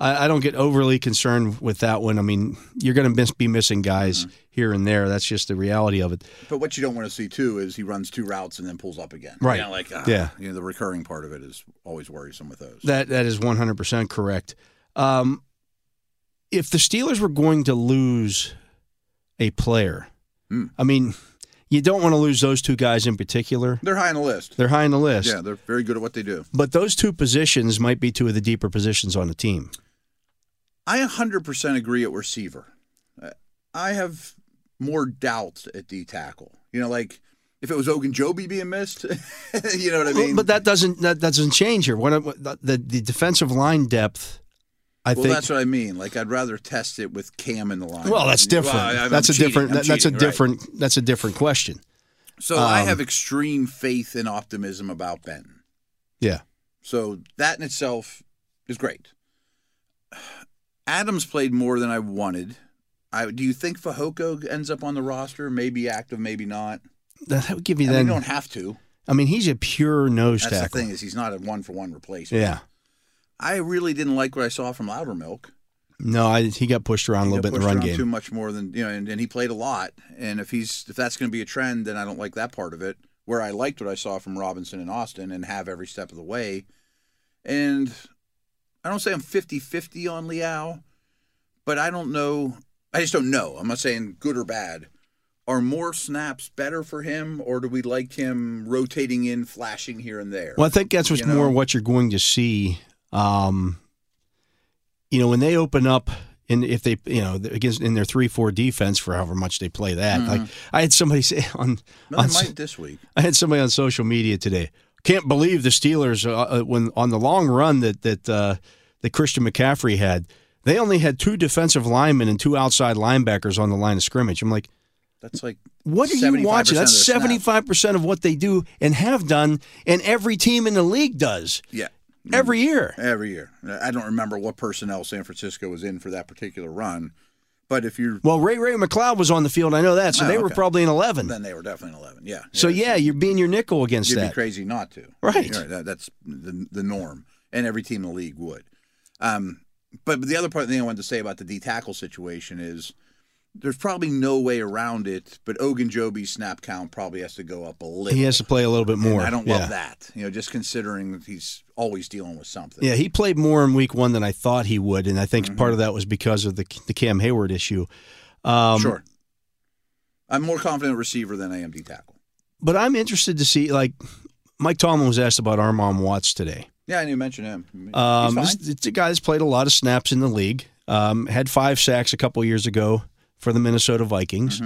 Speaker 2: I, I don't get overly concerned with that one. I mean, you're going to miss, be missing
Speaker 3: Mm-hmm.
Speaker 2: guys here and there. That's just the reality of it.
Speaker 3: But what you don't want to see too is he runs two routes and then pulls up again.
Speaker 2: Right.
Speaker 3: You know, like ah,
Speaker 2: Yeah.
Speaker 3: You know, the recurring part of it is always worrisome with those.
Speaker 2: That that is one hundred percent correct. Um, if the Steelers were going to lose a player,
Speaker 3: Hmm.
Speaker 2: I mean, you don't want to lose those two guys in particular.
Speaker 3: They're high on the list.
Speaker 2: They're high on the list,
Speaker 3: Yeah, they're very good at what they do.
Speaker 2: but those two positions might be two of the deeper positions on the team.
Speaker 3: I 100% agree at receiver. Uh, I have more doubts at D tackle. You know, like if it was Ogunjobi being missed, you know what I
Speaker 2: Well,
Speaker 3: mean?
Speaker 2: but that doesn't that doesn't change here. What, I- what- the the defensive line depth, I
Speaker 3: well,
Speaker 2: think.
Speaker 3: that's what I mean. Like I'd rather test it with Cam in the line.
Speaker 2: well, that's different.
Speaker 3: I- I'm
Speaker 2: that's a
Speaker 3: cheating.
Speaker 2: different.
Speaker 3: I'm
Speaker 2: that- that's a
Speaker 3: cheating, right.
Speaker 2: different. That's a different question.
Speaker 3: So I
Speaker 2: um,
Speaker 3: have extreme faith and optimism about Benton.
Speaker 2: Yeah.
Speaker 3: So that in itself is great. Adams played more than I wanted. I, do you think Fajoko ends up on the roster? Maybe active, maybe not.
Speaker 2: That would give you
Speaker 3: And
Speaker 2: then.
Speaker 3: we don't have to.
Speaker 2: I mean, he's a pure nose
Speaker 3: That's the
Speaker 2: tackle.
Speaker 3: thing is he's not a one for one replacement.
Speaker 2: Yeah.
Speaker 3: I really didn't like what I saw from Loudermilk.
Speaker 2: No, I, he got pushed around a little
Speaker 3: Got
Speaker 2: bit in the
Speaker 3: pushed
Speaker 2: run
Speaker 3: around
Speaker 2: game.
Speaker 3: too much more than you know, and, and he played a lot. And if he's if that's going to be a trend, then I don't like that part of it. Where I liked what I saw from Robinson and Austin and have every step of the way. And I don't say I'm 50-50 on Liao, but I don't know. I just don't know. I'm not saying good or bad. Are more snaps better for him, or do we like him rotating in, flashing here and there?
Speaker 2: Well, I think that's what's
Speaker 3: you know?
Speaker 2: more what you're going to see. Um, you know, when they open up, and if they, you know, against in their three four defense for however much they play that. Like I had somebody say on,
Speaker 3: Well,
Speaker 2: on
Speaker 3: Mm-hmm. they might this week.
Speaker 2: I had somebody on social media today. Can't believe the Steelers uh, uh, when on the long run that that uh, that Christian McCaffrey had. They only had two defensive linemen and two outside linebackers on the line of scrimmage. I'm like,
Speaker 3: That's like
Speaker 2: what are you
Speaker 3: 75%
Speaker 2: watching?
Speaker 3: of
Speaker 2: That's
Speaker 3: their snaps.
Speaker 2: 75% of what they do and have done, and every team in the league does
Speaker 3: Yeah.
Speaker 2: every
Speaker 3: Mm-hmm.
Speaker 2: year.
Speaker 3: every year. I don't remember what personnel San Francisco was in for that particular run, but if you're
Speaker 2: Well, Ray Ray McLeod was on the field. I know that, so
Speaker 3: Oh,
Speaker 2: they were
Speaker 3: okay.
Speaker 2: probably in 11.
Speaker 3: then they were definitely an eleven. Yeah.
Speaker 2: Mm. so, yeah, you're being your nickel against
Speaker 3: you'd be
Speaker 2: that.
Speaker 3: crazy not to.
Speaker 2: Right.
Speaker 3: You're that, that's the the norm, and every team in the league would. Um, but the other part thing I wanted to say about the D tackle situation is. There's probably no way around it, but Ogunjobi's snap count probably has to go up a little.
Speaker 2: He has to play a little bit
Speaker 3: And
Speaker 2: more.
Speaker 3: I don't
Speaker 2: yeah.
Speaker 3: love that. You know, just considering that he's always dealing with something.
Speaker 2: Yeah, he played more in week one than I thought he would, and I think
Speaker 3: Mm-hmm.
Speaker 2: part of that was because of the, the Cam Hayward issue. Um,
Speaker 3: sure. I'm more confident receiver than I am D tackle.
Speaker 2: But I'm interested to see, like, Mike Tomlin was asked about Armand Watts today.
Speaker 3: Yeah, I didn't mention him. He's
Speaker 2: Um,
Speaker 3: fine.
Speaker 2: this, it's a guy that's played a lot of snaps in the league. Um, had five sacks a couple years ago for the Minnesota Vikings.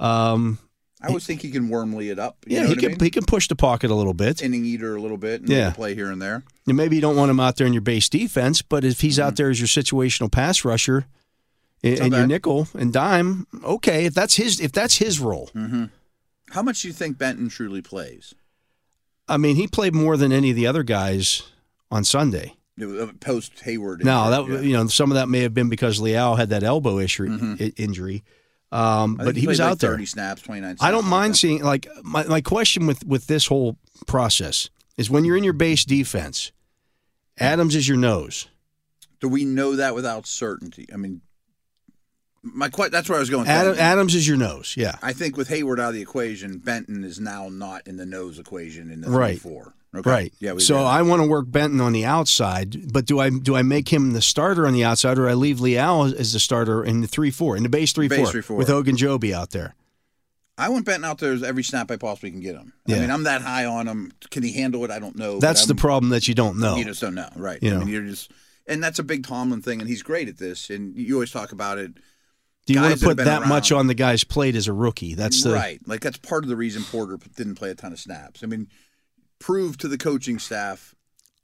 Speaker 2: Um,
Speaker 3: I always think he can wormly it up. Mm-hmm. You
Speaker 2: yeah,
Speaker 3: know
Speaker 2: he
Speaker 3: what
Speaker 2: can
Speaker 3: I mean?
Speaker 2: he can push the pocket a little bit.
Speaker 3: inning eater a little bit and
Speaker 2: Yeah.
Speaker 3: play here and there.
Speaker 2: And maybe you don't want him out there in your base defense, but if he's
Speaker 3: Mm-hmm.
Speaker 2: out there as your situational pass rusher and, and your
Speaker 3: Okay.
Speaker 2: nickel and dime, okay, if that's his if that's his role.
Speaker 3: Mm. How much do you think Benton truly plays?
Speaker 2: I mean, he played more than any of the other guys on Sunday.
Speaker 3: uh, Post Hayward.
Speaker 2: Now that
Speaker 3: yeah. Mm-hmm.
Speaker 2: you know, some of that may have been because Leal had that elbow issue i- injury, um, but
Speaker 3: I think
Speaker 2: he was
Speaker 3: played like
Speaker 2: out there.
Speaker 3: 30 snaps, 29
Speaker 2: I don't
Speaker 3: snaps,
Speaker 2: mind
Speaker 3: something
Speaker 2: seeing like my, my question with with this whole process is when you're in your base defense, Adams is your nose.
Speaker 3: like that. Do we know that without certainty? I mean, my que- that's where I was going. with
Speaker 2: Adam,
Speaker 3: Benton.
Speaker 2: Adams is your nose. Yeah.
Speaker 3: I think with Hayward out of the equation, Benton is now not in the nose equation in the
Speaker 2: Right.
Speaker 3: four. Okay.
Speaker 2: Right.
Speaker 3: Yeah. We
Speaker 2: so
Speaker 3: get it.
Speaker 2: I want to work Benton on the outside, but do I do I make him the starter on the outside, or I leave Leal as- as the starter in the three four in the base three
Speaker 3: Base
Speaker 2: four
Speaker 3: 3-4.
Speaker 2: with Ogunjobi out there?
Speaker 3: I want Benton out there every snap I possibly can get him.
Speaker 2: Yeah.
Speaker 3: I mean, I'm that high on him. Can he handle it? I don't know. but
Speaker 2: That's the
Speaker 3: I'm-
Speaker 2: problem that you don't know.
Speaker 3: You just don't know, right?
Speaker 2: You
Speaker 3: I
Speaker 2: know.
Speaker 3: mean, you're just, and that's a big Tomlin thing, and he's great at this. And you always talk about it,
Speaker 2: do you want to
Speaker 3: guys that
Speaker 2: put
Speaker 3: have
Speaker 2: that
Speaker 3: been
Speaker 2: much
Speaker 3: around.
Speaker 2: on the guy's plate as a rookie? That's the
Speaker 3: right? Like that's part of the reason Porter didn't play a ton of snaps. I mean, prove to the coaching staff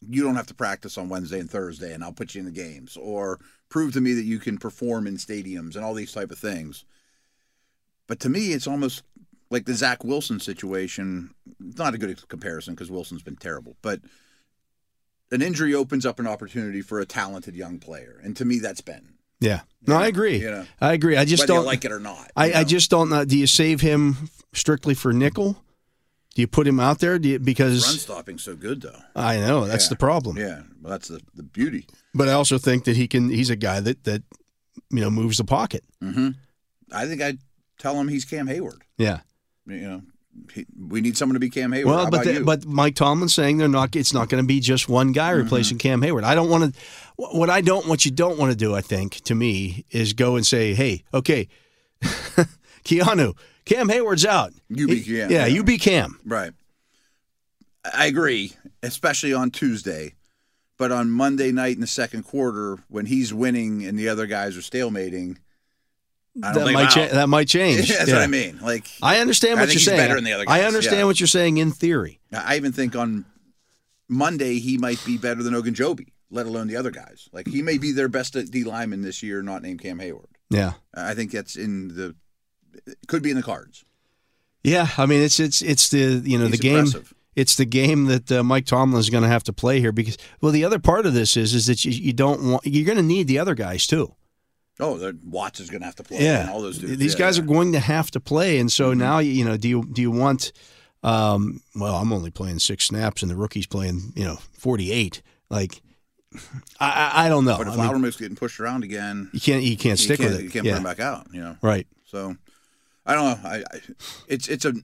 Speaker 3: you don't have to practice on Wednesday and Thursday, and I'll put you in the games, or prove to me that you can perform in stadiums and all these type of things. But to me, it's almost like the Zach Wilson situation. It's not a good comparison because Wilson's been terrible, but an injury opens up an opportunity for a talented young player, and to me, that's Ben.
Speaker 2: yeah. No, I agree.
Speaker 3: You know.
Speaker 2: I agree. I just
Speaker 3: Whether you
Speaker 2: don't
Speaker 3: like it or not,
Speaker 2: I,
Speaker 3: you
Speaker 2: I
Speaker 3: know?
Speaker 2: just don't know. Do you save him strictly for nickel? Do you put him out there? Do you, because
Speaker 3: run stopping's so good though.
Speaker 2: I know that's
Speaker 3: Yeah.
Speaker 2: the problem.
Speaker 3: Yeah, well, that's the, the beauty.
Speaker 2: But I also think that he can. He's a guy that that you know moves the pocket.
Speaker 3: I think I tell him he's Cam Hayward.
Speaker 2: Yeah.
Speaker 3: You know, he, we need someone to be Cam Hayward.
Speaker 2: Well,
Speaker 3: How
Speaker 2: but
Speaker 3: about
Speaker 2: the,
Speaker 3: you? Mm-hmm.
Speaker 2: but Mike Tomlin's saying they're not. It's not going to be just one guy replacing Cam Hayward. I don't want to. What I don't. What you don't want to do, I think, to me, is go and say, "Hey, okay, Keanu, Cam Hayward's out.
Speaker 3: You be Cam,
Speaker 2: Yeah,
Speaker 3: yeah.
Speaker 2: you be Cam.
Speaker 3: right, I agree, especially on Tuesday. But on Monday night in the second quarter, when he's winning and the other guys are stalemating, I don't
Speaker 2: That
Speaker 3: leave
Speaker 2: might
Speaker 3: out.
Speaker 2: cha- that might change.
Speaker 3: That's
Speaker 2: Yeah.
Speaker 3: what I mean. Like
Speaker 2: I understand
Speaker 3: I
Speaker 2: what
Speaker 3: think
Speaker 2: you're
Speaker 3: he's
Speaker 2: saying.
Speaker 3: better than the other
Speaker 2: I
Speaker 3: guys,
Speaker 2: understand
Speaker 3: yeah.
Speaker 2: what you're saying in theory.
Speaker 3: I even think on Monday he might be better than Ogunjobi, let alone the other guys. Like he may be their best D lineman this year, not named Cam Hayward.
Speaker 2: Yeah.
Speaker 3: I think that's in the could be in the cards.
Speaker 2: Yeah, I mean it's it's it's the you know
Speaker 3: He's
Speaker 2: the game
Speaker 3: impressive.
Speaker 2: it's the game that uh, Mike Tomlin is going to have to play here because well the other part of this is is that you, you don't want you're going to need the other guys too.
Speaker 3: Oh, the Watts is going to have to play. and all those dudes.
Speaker 2: These
Speaker 3: Yeah,
Speaker 2: guys
Speaker 3: yeah. Mm-hmm.
Speaker 2: are going to have to play, and so now you know. Do you do you want? Um, well, I'm only playing six snaps, and the rookie's playing you know 48. Like, I I, I don't know.
Speaker 3: But if
Speaker 2: I mean,
Speaker 3: Flowerman's getting pushed around again,
Speaker 2: you can't you can't stick
Speaker 3: you can't,
Speaker 2: with it.
Speaker 3: You can't
Speaker 2: yeah.
Speaker 3: put him back out. You know,
Speaker 2: Right.
Speaker 3: so I don't know. I, I it's it's a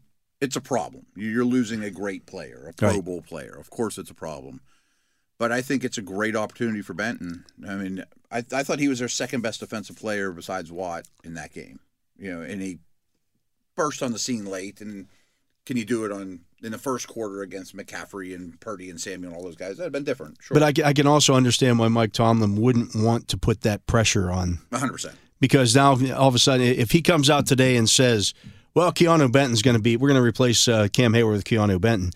Speaker 3: it's a problem. You're losing a great player, a Pro
Speaker 2: Right.
Speaker 3: Bowl player. Of course, it's a problem. But I think it's a great opportunity for Benton. I mean, I, I thought he was their second best defensive player besides Watt in that game. You know, and he burst on the scene late. And can you do it on in the first quarter against McCaffrey and Purdy and Samuel and all those guys? That'd been different. Sure,
Speaker 2: But I, ca- I can also understand why Mike Tomlin wouldn't want to put that pressure on
Speaker 3: 100. percent
Speaker 2: because now all of a sudden, if he comes out today and says, "Well, Keanu Benton's going to be, we're going to replace uh, Cam Hayward with Keanu Benton,"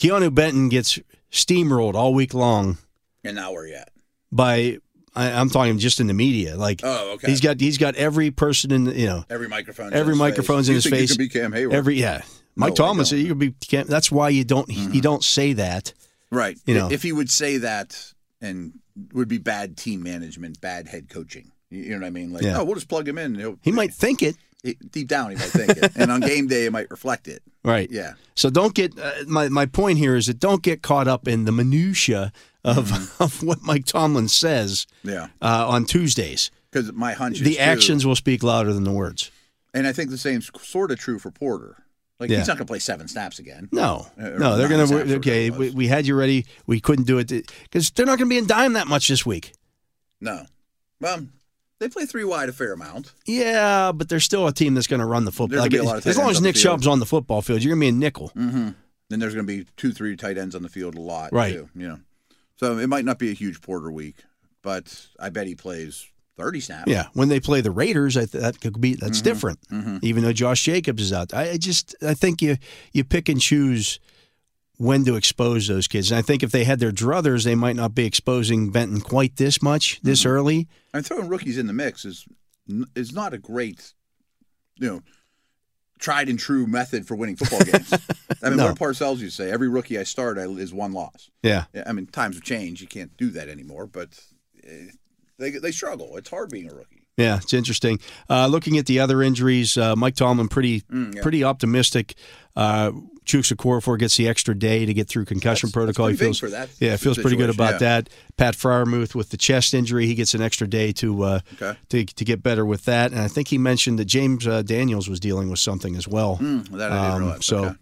Speaker 2: Keanu Benton gets steamrolled all week long
Speaker 3: And now we're yet.
Speaker 2: by I, I'm talking just in the media. Like
Speaker 3: Oh, okay.
Speaker 2: he's got he's got every person in the, you know
Speaker 3: Every microphone.
Speaker 2: every microphone's in his face.
Speaker 3: You could be Cam Hayward.
Speaker 2: Every yeah, Mike
Speaker 3: I Mm-hmm.
Speaker 2: Tomlin
Speaker 3: don't.
Speaker 2: said you could be. Cam, that's why you don't you don't say that.
Speaker 3: Right.
Speaker 2: You know.
Speaker 3: if he would say that and would be bad team management, bad head coaching. You you know what I mean? Like,
Speaker 2: Yeah.
Speaker 3: oh, we'll just plug him in. He'll,
Speaker 2: He might think it
Speaker 3: he- deep down, he might think it, and on game day, it might reflect it.
Speaker 2: right.
Speaker 3: Yeah.
Speaker 2: So don't get uh, my my point here is that don't get caught up in the minutia of of what Mike Tomlin says
Speaker 3: Yeah.
Speaker 2: uh, on Tuesdays.
Speaker 3: Because my hunch is
Speaker 2: the
Speaker 3: too-
Speaker 2: actions will speak louder than the words.
Speaker 3: and I think the same's sort of true for Porter. Like
Speaker 2: Yeah.
Speaker 3: he's not going to play seven snaps again.
Speaker 2: No,
Speaker 3: Uh, or
Speaker 2: no, they're going
Speaker 3: nine snaps or
Speaker 2: to.
Speaker 3: whatever
Speaker 2: Okay,
Speaker 3: it was.
Speaker 2: we, we had you ready. We couldn't do it because they're not going to be in dime that much this week.
Speaker 3: No. Well, they play three wide a fair amount.
Speaker 2: Yeah, but they're still a team that's going to run the football.
Speaker 3: There's gonna be a lot of tight
Speaker 2: as long
Speaker 3: ends
Speaker 2: as
Speaker 3: on the
Speaker 2: Nick
Speaker 3: field.
Speaker 2: Chubb's on the football field, you're going to be in nickel.
Speaker 3: Then there's going to be two, three tight ends on the field a lot.
Speaker 2: Right.
Speaker 3: Too, you know, so it might not be a huge Porter week, but I bet he plays 30 snaps.
Speaker 2: Yeah, when they play the Raiders, I th- that could be
Speaker 3: Mm-hmm.
Speaker 2: that's different. Even though Josh Jacobs is out, I, I just I think you you pick and choose when to expose those kids. And I think if they had their druthers, they might not be exposing Benton quite this much this
Speaker 3: Mm-hmm.
Speaker 2: early.
Speaker 3: And throwing rookies in the mix is n- is not a great, you know, tried and true method for winning football games. I mean,
Speaker 2: No.
Speaker 3: what did Parcells used to say? Every rookie I start I, is one loss.
Speaker 2: Yeah,
Speaker 3: Yeah, I mean, times have changed. You can't do that anymore, but eh, they they struggle. It's hard being a rookie.
Speaker 2: yeah, it's interesting. Uh, looking at the other injuries, uh, Mike Tomlin pretty
Speaker 3: Mm, yeah.
Speaker 2: pretty optimistic. Uh, Chooks Okorafor gets the extra day to get through concussion
Speaker 3: That's- that's
Speaker 2: protocol.
Speaker 3: pretty
Speaker 2: he
Speaker 3: big
Speaker 2: feels
Speaker 3: for that
Speaker 2: yeah, feels pretty good
Speaker 3: situation,
Speaker 2: about
Speaker 3: yeah.
Speaker 2: that. Pat Fryermuth with the chest injury, he gets an extra day to uh,
Speaker 3: Okay.
Speaker 2: to to get better with that. And I think he mentioned that James uh, Daniels was dealing with something as well.
Speaker 3: Mm, that I didn't
Speaker 2: Um,
Speaker 3: realize.
Speaker 2: so,
Speaker 3: okay.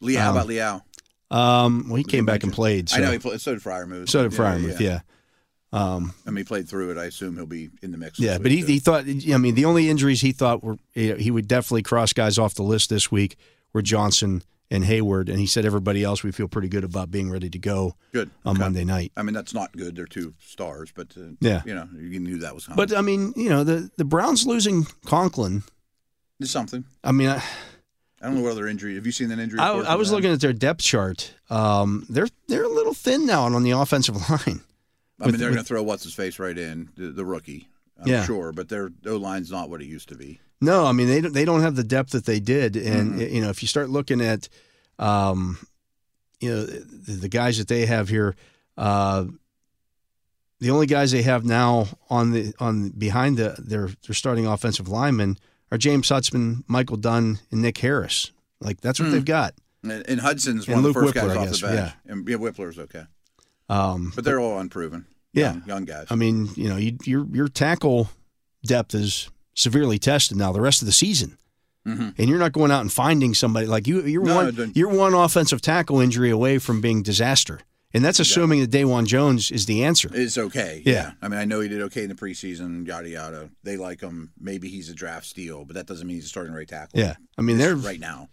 Speaker 3: Liao, how about Liao?
Speaker 2: Um, well, he came back and played. So.
Speaker 3: I know he played. So did Fryer move.
Speaker 2: so did Fryermuth, yeah.
Speaker 3: I mean, he played through it. I assume he'll be in the mix.
Speaker 2: Yeah,
Speaker 3: this
Speaker 2: but he,
Speaker 3: week,
Speaker 2: he thought, I mean, the only injuries he thought were, you know, he would definitely cross guys off the list this week were Johnson and Hayward. And he said everybody else we feel pretty good about being ready to go
Speaker 3: too. good
Speaker 2: on
Speaker 3: Okay.
Speaker 2: Monday night.
Speaker 3: I mean, that's not good. They're two stars, but uh,
Speaker 2: Yeah.
Speaker 3: you know, you knew that was coming.
Speaker 2: But, uh, I mean, you know, the, the Browns losing Conklin.
Speaker 3: it's something.
Speaker 2: I mean, I,
Speaker 3: I don't know what other injury. Have you seen that injury?
Speaker 2: I,
Speaker 3: report
Speaker 2: I
Speaker 3: from
Speaker 2: was
Speaker 3: them?
Speaker 2: looking at their depth chart. Um, they're they're a little thin now on the offensive line.
Speaker 3: I
Speaker 2: with-
Speaker 3: mean, they're
Speaker 2: with-
Speaker 3: going to throw what's his face right in the, the rookie. I'm
Speaker 2: Yeah.
Speaker 3: sure, but their O line's not what it used to be.
Speaker 2: No, I mean they don't, they don't have the depth that they did, and you know if you start looking at, um, you know the, the guys that they have here, uh, the only guys they have now on the on behind the their their starting offensive linemen are James Sutzman, Michael Dunn, and Nick Harris. Like that's what they've got.
Speaker 3: And, and Hudson's
Speaker 2: And
Speaker 3: one
Speaker 2: Luke
Speaker 3: of the first
Speaker 2: Whippler,
Speaker 3: guys
Speaker 2: I
Speaker 3: off
Speaker 2: guess,
Speaker 3: the bench. And yeah, Whippler's okay,
Speaker 2: Um,
Speaker 3: but they're all unproven.
Speaker 2: Yeah. Um,
Speaker 3: young, young guys.
Speaker 2: I mean you know you, your your tackle depth is severely tested now the rest of the season.
Speaker 3: Mhm.
Speaker 2: and you're not going out and finding somebody like you. You're
Speaker 3: No, I
Speaker 2: one.
Speaker 3: don't-
Speaker 2: You're one offensive tackle injury away from being disaster, and that's assuming that Daywan Jones is the answer.
Speaker 3: It's okay.
Speaker 2: Yeah.
Speaker 3: I mean, I know he did okay in the preseason, yada, yada. They like him. Maybe he's a draft steal, but that doesn't mean he's a starting right tackle.
Speaker 2: Yeah, I mean they're
Speaker 3: Right now.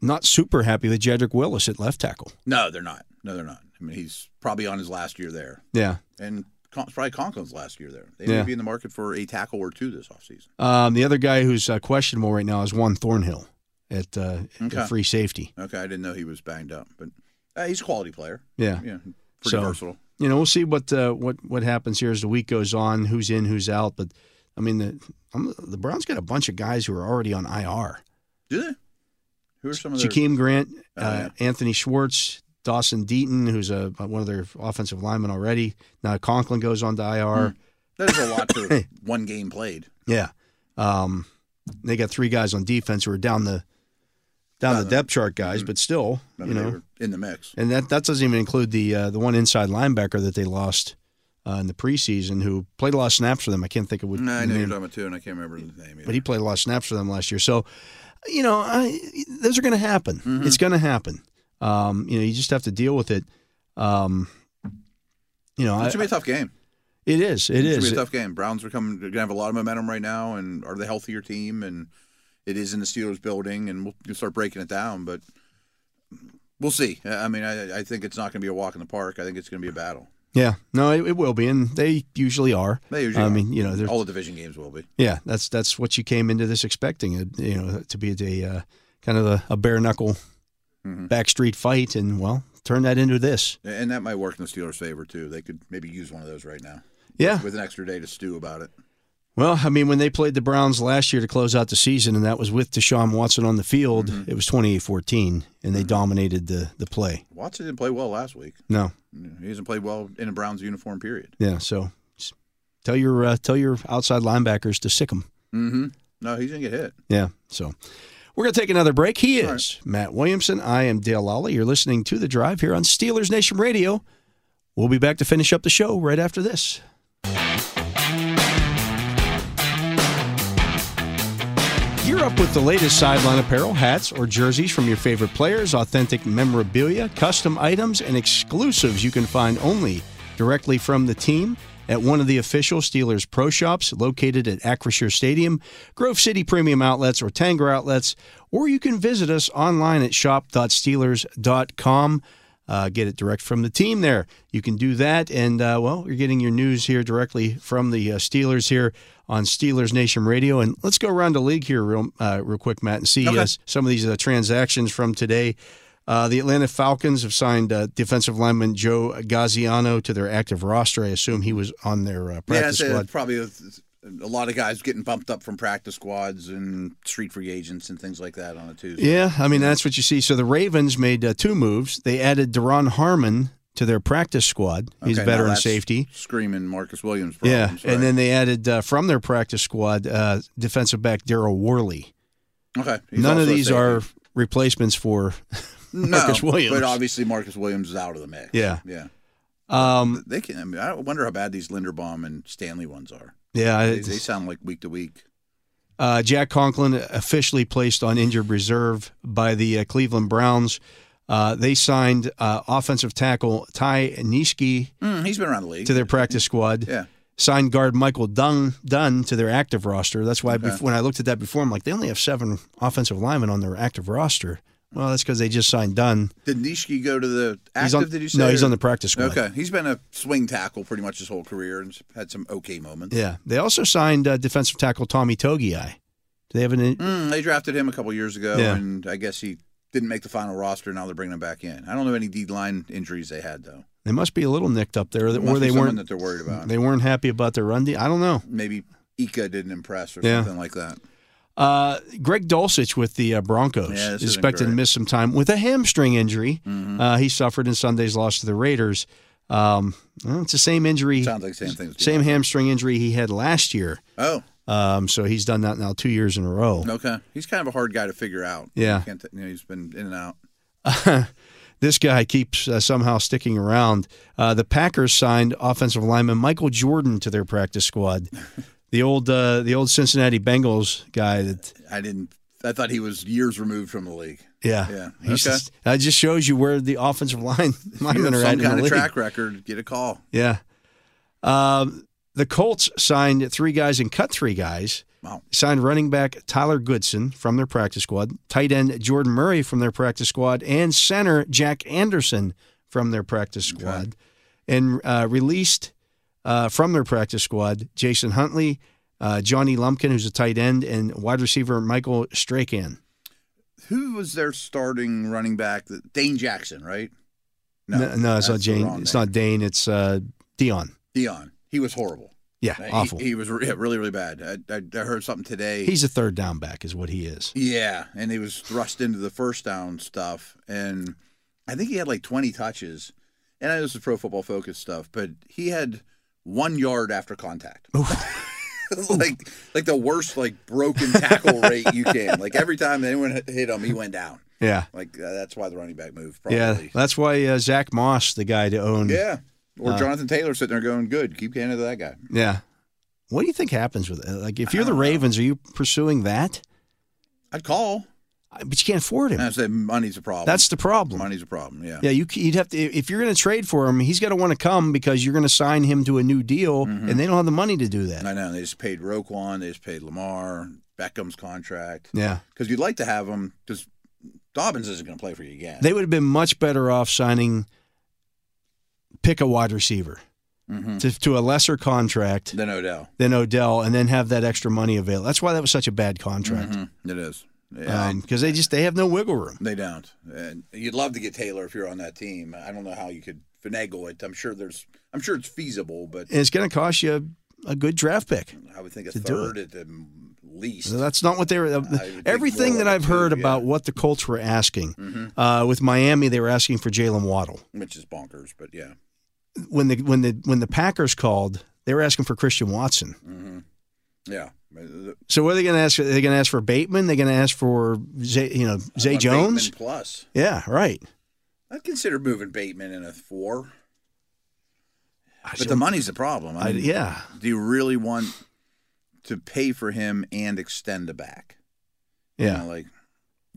Speaker 2: not super happy with Jedrick Willis at left tackle.
Speaker 3: No, they're not. No, they're not. I mean, he's probably on his last year there.
Speaker 2: Yeah,
Speaker 3: And Con- probably Conklin's last year there. They
Speaker 2: Yeah.
Speaker 3: may be in the market for a tackle or two this offseason.
Speaker 2: um, the other guy who's uh, questionable right now is Juan Thornhill at, uh, at
Speaker 3: Okay.
Speaker 2: free safety.
Speaker 3: Okay, I didn't know he was banged up, but uh, he's a quality player.
Speaker 2: Yeah,
Speaker 3: Yeah, pretty
Speaker 2: So-
Speaker 3: versatile.
Speaker 2: you know we'll see what uh, what what happens here as the week goes on, who's in, who's out. But I mean the um, the Browns got a bunch of guys who are already on IR.
Speaker 3: Do they? Who are some of their...
Speaker 2: Jakeem Grant, uh,
Speaker 3: Oh, yeah.
Speaker 2: Anthony Schwartz, Dawson Deaton, who's a one of their offensive linemen already. Now Conklin goes on to IR.
Speaker 3: Hmm. That is a lot for one game played.
Speaker 2: Yeah, um, they got three guys on defense who are down the down the
Speaker 3: Down the-
Speaker 2: depth chart guys, but still,
Speaker 3: I
Speaker 2: you
Speaker 3: mean,
Speaker 2: know,
Speaker 3: they were in hmm. the mix.
Speaker 2: and that that doesn't even include the uh, the one inside linebacker that they lost uh, in the preseason who played a lot of snaps for them. I can't think of what
Speaker 3: No, I
Speaker 2: the
Speaker 3: know
Speaker 2: name-
Speaker 3: you're talking about two, and I can't remember the name.
Speaker 2: but he played a lot of snaps for them last year. So, you know, I, those are going to happen.
Speaker 3: Mm-hmm.
Speaker 2: It's going to happen. Um, you know, you just have to deal with it. Um, you know, I,
Speaker 3: It should be a tough game.
Speaker 2: it is. It
Speaker 3: It's
Speaker 2: is.
Speaker 3: gonna be a tough game. Browns are coming. They're gonna have a lot of momentum right now, and are the healthier team. And it is in the Steelers building, and we'll we'll start breaking it down. But we'll see. I I mean, I, I think it's not gonna be a walk in the park. I think it's gonna be a battle.
Speaker 2: yeah. No, it, it will be, and they usually are.
Speaker 3: They usually
Speaker 2: I
Speaker 3: are.
Speaker 2: mean, you know, they're,
Speaker 3: All the division games will be.
Speaker 2: yeah. That's that's what you came into this expecting. uh, You know, to be a uh, kind of a, a bare knuckle backstreet fight, and well, turn that into this.
Speaker 3: And that might work in the Steelers' favor too. They could maybe use one of those right now
Speaker 2: Yeah.
Speaker 3: with an extra day to stew about it.
Speaker 2: Well, I mean, when they played the Browns last year to close out the season, and that was with Deshaun Watson on the field, it was 28 14, and they dominated the, the play.
Speaker 3: Watson didn't play well last week.
Speaker 2: No.
Speaker 3: He hasn't played well in a Browns uniform. Period.
Speaker 2: Yeah. So s- tell your uh, tell your outside linebackers to sick them.
Speaker 3: Mm-hmm. No, he's gonna get hit.
Speaker 2: Yeah. So we're going to take another break. He is Matt Williamson. I am Dale Lally. You're listening to The Drive here on Steelers Nation Radio. We'll be back to finish up the show right after this. Gear up with the latest sideline apparel, hats, or jerseys from your favorite players, authentic memorabilia, custom items, and exclusives you can find only directly from the team at one of the official Steelers Pro Shops located at Acrisure Stadium, Grove City Premium Outlets, or Tanger Outlets, or you can visit us online at shop.steelers.com. uh, get it direct from the team there. You can do that. And, uh, well, you're getting your news here directly from the uh, Steelers here on Steelers Nation Radio. And let's go around the league here real, uh, real quick, Matt, and see uh, some of these uh, transactions from today. Uh, the Atlanta Falcons have signed uh, defensive lineman Joe Gaziano to their active roster. I assume he was on their uh,
Speaker 3: Yeah, I'd
Speaker 2: practice
Speaker 3: say
Speaker 2: squad.
Speaker 3: probably a, a lot of guys getting bumped up from practice squads and street free agents and things like that on a Tuesday.
Speaker 2: Yeah, I mean that's what you see. So the Ravens made uh, two moves. They added Daron Harmon to their practice squad. He's
Speaker 3: Okay, now
Speaker 2: veteran
Speaker 3: that's
Speaker 2: safety.
Speaker 3: Screaming Marcus Williams.
Speaker 2: Yeah,
Speaker 3: Problems,
Speaker 2: and
Speaker 3: right.
Speaker 2: then they added uh, from their practice squad uh, defensive back Daryl Worley.
Speaker 3: okay, he's
Speaker 2: None of
Speaker 3: also a
Speaker 2: these
Speaker 3: safety.
Speaker 2: are replacements for.
Speaker 3: No,
Speaker 2: Marcus Williams.
Speaker 3: but obviously Marcus Williams is out of the mix.
Speaker 2: Yeah.
Speaker 3: yeah.
Speaker 2: Um,
Speaker 3: They can. I, mean, I wonder how bad these Linderbaum and Stanley ones are.
Speaker 2: yeah,
Speaker 3: They,
Speaker 2: I-
Speaker 3: they sound like week to week.
Speaker 2: Uh, Jack Conklin officially placed on injured reserve by the uh, Cleveland Browns. Uh, they signed uh, offensive tackle Ty Nischke
Speaker 3: Mm, he's been around the league.
Speaker 2: to their practice squad.
Speaker 3: yeah,
Speaker 2: Signed guard Michael Dunn, Dunn to their active roster. That's why bef- when I looked at that before, I'm like, they only have seven offensive linemen on their active roster. Well, that's because they just signed Dunn.
Speaker 3: did Nishki go to the active?
Speaker 2: He's on,
Speaker 3: did you say?
Speaker 2: no, he's
Speaker 3: or-
Speaker 2: on the practice squad.
Speaker 3: Okay, he's been a swing tackle pretty much his whole career and had some okay moments.
Speaker 2: Yeah. They also signed uh, defensive tackle Tommy Togiai. Do they have an in-
Speaker 3: Mm, they drafted him a couple years ago,
Speaker 2: Yeah.
Speaker 3: and I guess he didn't make the final roster. Now they're bringing him back in. I don't know any D line injuries they had though.
Speaker 2: They must be a little nicked up there,
Speaker 3: There
Speaker 2: or
Speaker 3: must be
Speaker 2: they
Speaker 3: someone
Speaker 2: weren't.
Speaker 3: that they're worried about.
Speaker 2: They weren't happy about their run. D- I don't know.
Speaker 3: Maybe Ika didn't impress or
Speaker 2: Yeah.
Speaker 3: something like that.
Speaker 2: Uh, Greg Dulcich with the uh, Broncos
Speaker 3: Yeah,
Speaker 2: is
Speaker 3: this isn't
Speaker 2: expected to
Speaker 3: great. Mm-hmm.
Speaker 2: miss some time with a hamstring injury uh, he suffered in Sunday's loss to the Raiders. Um, well, it's the same injury,
Speaker 3: Sounds like same thing. as
Speaker 2: same
Speaker 3: Deion.
Speaker 2: hamstring injury he had last year.
Speaker 3: Oh,
Speaker 2: Um, so he's done that now two years in a row.
Speaker 3: okay. He's kind of a hard guy to figure out.
Speaker 2: Yeah.
Speaker 3: Can't t- you know, he's been in and out.
Speaker 2: This guy keeps uh, somehow sticking around. Uh, the Packers signed offensive lineman Michael Jordan to their practice squad. The old, uh, the old Cincinnati Bengals guy. That
Speaker 3: I didn't. I thought he was years removed from the league.
Speaker 2: yeah,
Speaker 3: Yeah,
Speaker 2: He's
Speaker 3: okay.
Speaker 2: just- that just shows you where the offensive line
Speaker 3: You
Speaker 2: linemen
Speaker 3: have
Speaker 2: are at
Speaker 3: some
Speaker 2: in the
Speaker 3: kind of
Speaker 2: league.
Speaker 3: track record. Get a call.
Speaker 2: Yeah. Um, the Colts signed three guys and cut three guys.
Speaker 3: Wow.
Speaker 2: Signed running back Tyler Goodson from their practice squad, tight end Jordan Murray from their practice squad, and center Jack Anderson from their practice squad. And uh, released uh, from their practice squad Jason Huntley, uh, Johnny Lumpkin, who's a tight end, and wide receiver Michael Strahan.
Speaker 3: Who was their starting running back? Dane Jackson, right?
Speaker 2: it's not
Speaker 3: that's the wrong
Speaker 2: Jane. It's
Speaker 3: name.
Speaker 2: not Dane. It's uh, Dion.
Speaker 3: Dion. He was horrible.
Speaker 2: Yeah,
Speaker 3: Uh, He-
Speaker 2: awful.
Speaker 3: He, was re- yeah, really, really bad. I, I, I heard something today.
Speaker 2: He's a third down back, is what he is.
Speaker 3: yeah, and he was thrust into the first down stuff, and I think he had like 20 touches. And I know this is pro football focus stuff, but he had one yard after contact. like like the worst like broken tackle rate you can. Like every time anyone h- hit him, he went down.
Speaker 2: Yeah.
Speaker 3: Like uh, that's why the running back moved.
Speaker 2: Yeah,
Speaker 3: Probably.
Speaker 2: that's why uh, Zach Moss, the guy to own.
Speaker 3: Yeah.
Speaker 2: uh,
Speaker 3: Or Jonathan Taylor sitting there going, "Good, keep getting to that guy."
Speaker 2: Yeah. What do you think happens with it? Like, if you're the Ravens, are you pursuing that?
Speaker 3: I'd call.
Speaker 2: I- But you can't afford him.
Speaker 3: And I said, "Money's a problem."
Speaker 2: That's the problem.
Speaker 3: money's a problem. Yeah.
Speaker 2: Yeah, you, c- you'd have to if you're going to trade for him, he's going to want to come because you're going to sign him to a new deal,
Speaker 3: Mm-hmm.
Speaker 2: and they don't have the money to do that.
Speaker 3: I know. They just paid Roquan. They just paid Lamar. Beckham's contract.
Speaker 2: Yeah,
Speaker 3: Because you'd like to have him because Dobbins isn't going to play for you again.
Speaker 2: they would have been much better off signing, pick a wide receiver
Speaker 3: Mhm.
Speaker 2: to, to a lesser contract
Speaker 3: Then Odell.
Speaker 2: than Odell, and then have that extra money available. That's why that was such a bad contract
Speaker 3: Mhm. It is.
Speaker 2: because
Speaker 3: Yeah,
Speaker 2: they just they have no wiggle room.
Speaker 3: They don't. And you'd love to get Taylor if you're on that team. I don't know how you could finagle it. I'm sure there's. I'm sure it's feasible, but
Speaker 2: and it's going to cost you a, a good draft pick.
Speaker 3: I would think a
Speaker 2: To do
Speaker 3: third at the least.
Speaker 2: So that's not what they were.
Speaker 3: would think
Speaker 2: everything
Speaker 3: more
Speaker 2: that
Speaker 3: like
Speaker 2: I've
Speaker 3: two,
Speaker 2: heard
Speaker 3: yeah. Mm-hmm.
Speaker 2: about what the Colts were asking uh, with Miami, they were asking for Jalen Waddle.
Speaker 3: which is bonkers, but yeah.
Speaker 2: When the when the when the Packers called, they were asking for Christian Watson.
Speaker 3: Yeah. Uh,
Speaker 2: So what are they going to ask? Are they going to ask for Bateman? They're going to ask for Zay, you know Zay
Speaker 3: Uh, Bateman
Speaker 2: Jones?
Speaker 3: plus.
Speaker 2: Yeah, right.
Speaker 3: I'd consider moving Bateman in a four.
Speaker 2: I
Speaker 3: But the
Speaker 2: don't-
Speaker 3: money's the problem.
Speaker 2: I-
Speaker 3: I mean,
Speaker 2: yeah,
Speaker 3: Do you really want to pay for him and extend the back? You
Speaker 2: yeah.
Speaker 3: know, like,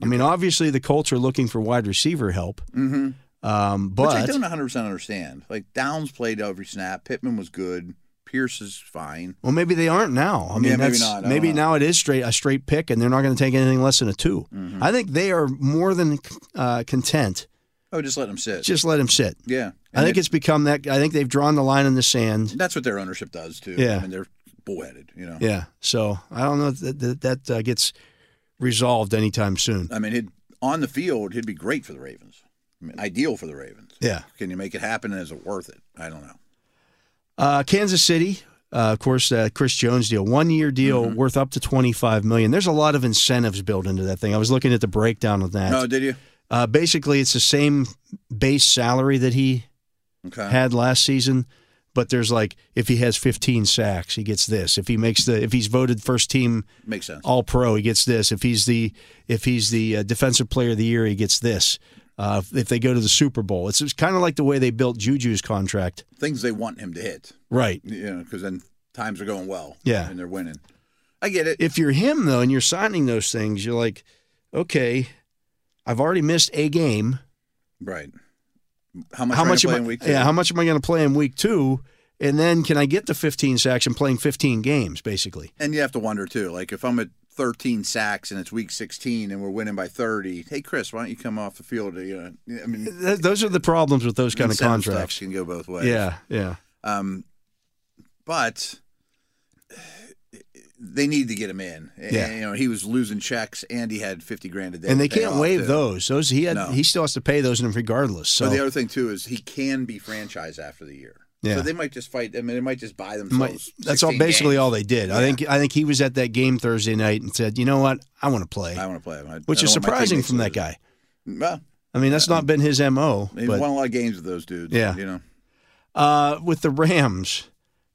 Speaker 2: I mean, obviously the Colts are looking for wide receiver help,
Speaker 3: mm-hmm.
Speaker 2: um,
Speaker 3: Which I
Speaker 2: but
Speaker 3: don't 100% understand. Like, Downs played every snap. Pittman was good. Pierce is fine.
Speaker 2: well, maybe they aren't now. I mean,
Speaker 3: Yeah, maybe
Speaker 2: that's,
Speaker 3: not. I don't
Speaker 2: maybe
Speaker 3: know.
Speaker 2: now it is straight a straight
Speaker 3: Mm-hmm.
Speaker 2: pick, and they're not going to take anything less than a 2 I think they are more than uh, content
Speaker 3: I would Oh, just let them sit.
Speaker 2: Just let him sit.
Speaker 3: yeah,
Speaker 2: I
Speaker 3: And
Speaker 2: think
Speaker 3: it-
Speaker 2: it's become that. I think they've drawn the line in the sand.
Speaker 3: that's what their ownership does too.
Speaker 2: Yeah.
Speaker 3: I mean they're bullheaded. You know,
Speaker 2: Yeah. So I don't know that that, that uh, gets resolved anytime soon.
Speaker 3: I mean, he'd, on the field, he'd be great for the Ravens. I mean, ideal for the Ravens.
Speaker 2: Yeah.
Speaker 3: Can you make it happen? And is it worth it? I don't know.
Speaker 2: Uh, Kansas City, uh, of course, uh, Chris Jones deal, one year deal
Speaker 3: Mm-hmm.
Speaker 2: worth up to twenty five million. There's a lot of incentives built into that thing. I was looking at the breakdown of that.
Speaker 3: No, did you?
Speaker 2: Uh, basically, it's the same base salary that he
Speaker 3: Okay.
Speaker 2: had last season, but there's like if he has 15 sacks, he gets this. If he makes the if he's voted first team
Speaker 3: Makes sense.
Speaker 2: All Pro, he gets this. If he's the if he's the uh, Defensive Player of the Year, he gets this. Uh, if- if they go to the Super Bowl, it's, it's kind of like the way they built Juju's contract.
Speaker 3: Things they want him to hit.
Speaker 2: Right.
Speaker 3: You know, because then times are going well.
Speaker 2: Yeah.
Speaker 3: And they're winning. I get it.
Speaker 2: If you're him though, and you're signing those things, you're like, okay, I've already missed a game.
Speaker 3: right. How much?
Speaker 2: how
Speaker 3: are you
Speaker 2: much am I,
Speaker 3: gonna play in week two?
Speaker 2: yeah, how much am I going to play in week two? And then can I get the 15 sacks and playing 15 games basically?
Speaker 3: And you have to wonder too, like if I'm at 13 sacks and it's week 16 and we're winning by 30. Hey, Chris, why don't you come off the field? You know, I mean,
Speaker 2: Th- those are the problems with those kind of
Speaker 3: incentive stuff
Speaker 2: contracts.
Speaker 3: can go both ways.
Speaker 2: Yeah, yeah,
Speaker 3: Um, but they need to get him in. And,
Speaker 2: Yeah.
Speaker 3: you know, he was losing checks and he had 50 grand a day.
Speaker 2: and they
Speaker 3: to pay
Speaker 2: can't
Speaker 3: off,
Speaker 2: waive
Speaker 3: too.
Speaker 2: those. Those he had,
Speaker 3: No.
Speaker 2: he still has to pay those regardless. So
Speaker 3: But the other thing too is he can be franchised after the year.
Speaker 2: Yeah.
Speaker 3: So they might just fight. I mean, they might just buy
Speaker 2: my-
Speaker 3: themselves.
Speaker 2: that's all
Speaker 3: 16
Speaker 2: basically
Speaker 3: games.
Speaker 2: all they did. I think I think he was at that game Thursday night and said, you know what, I want to play,
Speaker 3: I want to play him. I-
Speaker 2: which
Speaker 3: I
Speaker 2: is
Speaker 3: don't want my
Speaker 2: surprising
Speaker 3: teammates
Speaker 2: from
Speaker 3: to
Speaker 2: that
Speaker 3: lose.
Speaker 2: guy.
Speaker 3: Well,
Speaker 2: I mean, that's not been his mo.
Speaker 3: he
Speaker 2: But
Speaker 3: won a lot of games with those dudes.
Speaker 2: Yeah.
Speaker 3: You know,
Speaker 2: uh, with the Rams,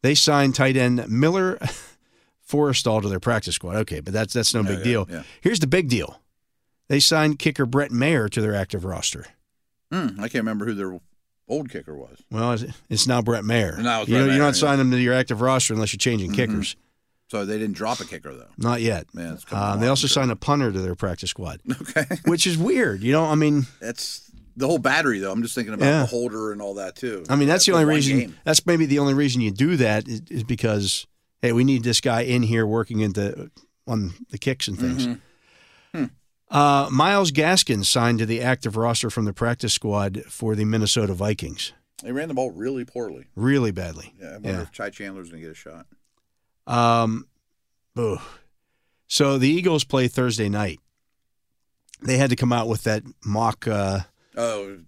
Speaker 2: they signed tight end Miller Forrestall to their practice squad. Okay, but that's that's no big
Speaker 3: yeah,
Speaker 2: deal.
Speaker 3: yeah.
Speaker 2: Here's the big deal: they signed kicker Brett Mayer to their active roster.
Speaker 3: Hmm, I can't remember who their old kicker was.
Speaker 2: Well, it's- it's now Brett Mayer.
Speaker 3: Now it's
Speaker 2: you
Speaker 3: Brett
Speaker 2: know, you're
Speaker 3: Mayer,
Speaker 2: not
Speaker 3: yeah.
Speaker 2: signing him to your active roster unless you're changing kickers.
Speaker 3: So they didn't drop a kicker though.
Speaker 2: Not yet.
Speaker 3: Man, it's coming
Speaker 2: Uh,
Speaker 3: along,
Speaker 2: they also
Speaker 3: I'm sure.
Speaker 2: signed a punter to their practice squad,
Speaker 3: Okay.
Speaker 2: which is weird. You know, I mean,
Speaker 3: That's the whole battery though. I'm just thinking about
Speaker 2: Yeah.
Speaker 3: the holder and all that too.
Speaker 2: I mean that's the
Speaker 3: for
Speaker 2: only
Speaker 3: one
Speaker 2: reason.
Speaker 3: game.
Speaker 2: That's maybe the only reason you do that is, is because hey, we need this guy in here working into on the kicks and things.
Speaker 3: Mm-hmm. Hmm.
Speaker 2: Uh, Miles Gaskin signed to the active roster from the practice squad for the Minnesota Vikings.
Speaker 3: They ran the ball really poorly.
Speaker 2: Really badly.
Speaker 3: Yeah, I wonder if Chai Chandler's gonna get a shot.
Speaker 2: Um, boo. So the Eagles play Thursday night. They had to come out with that mock uh,
Speaker 3: Oh,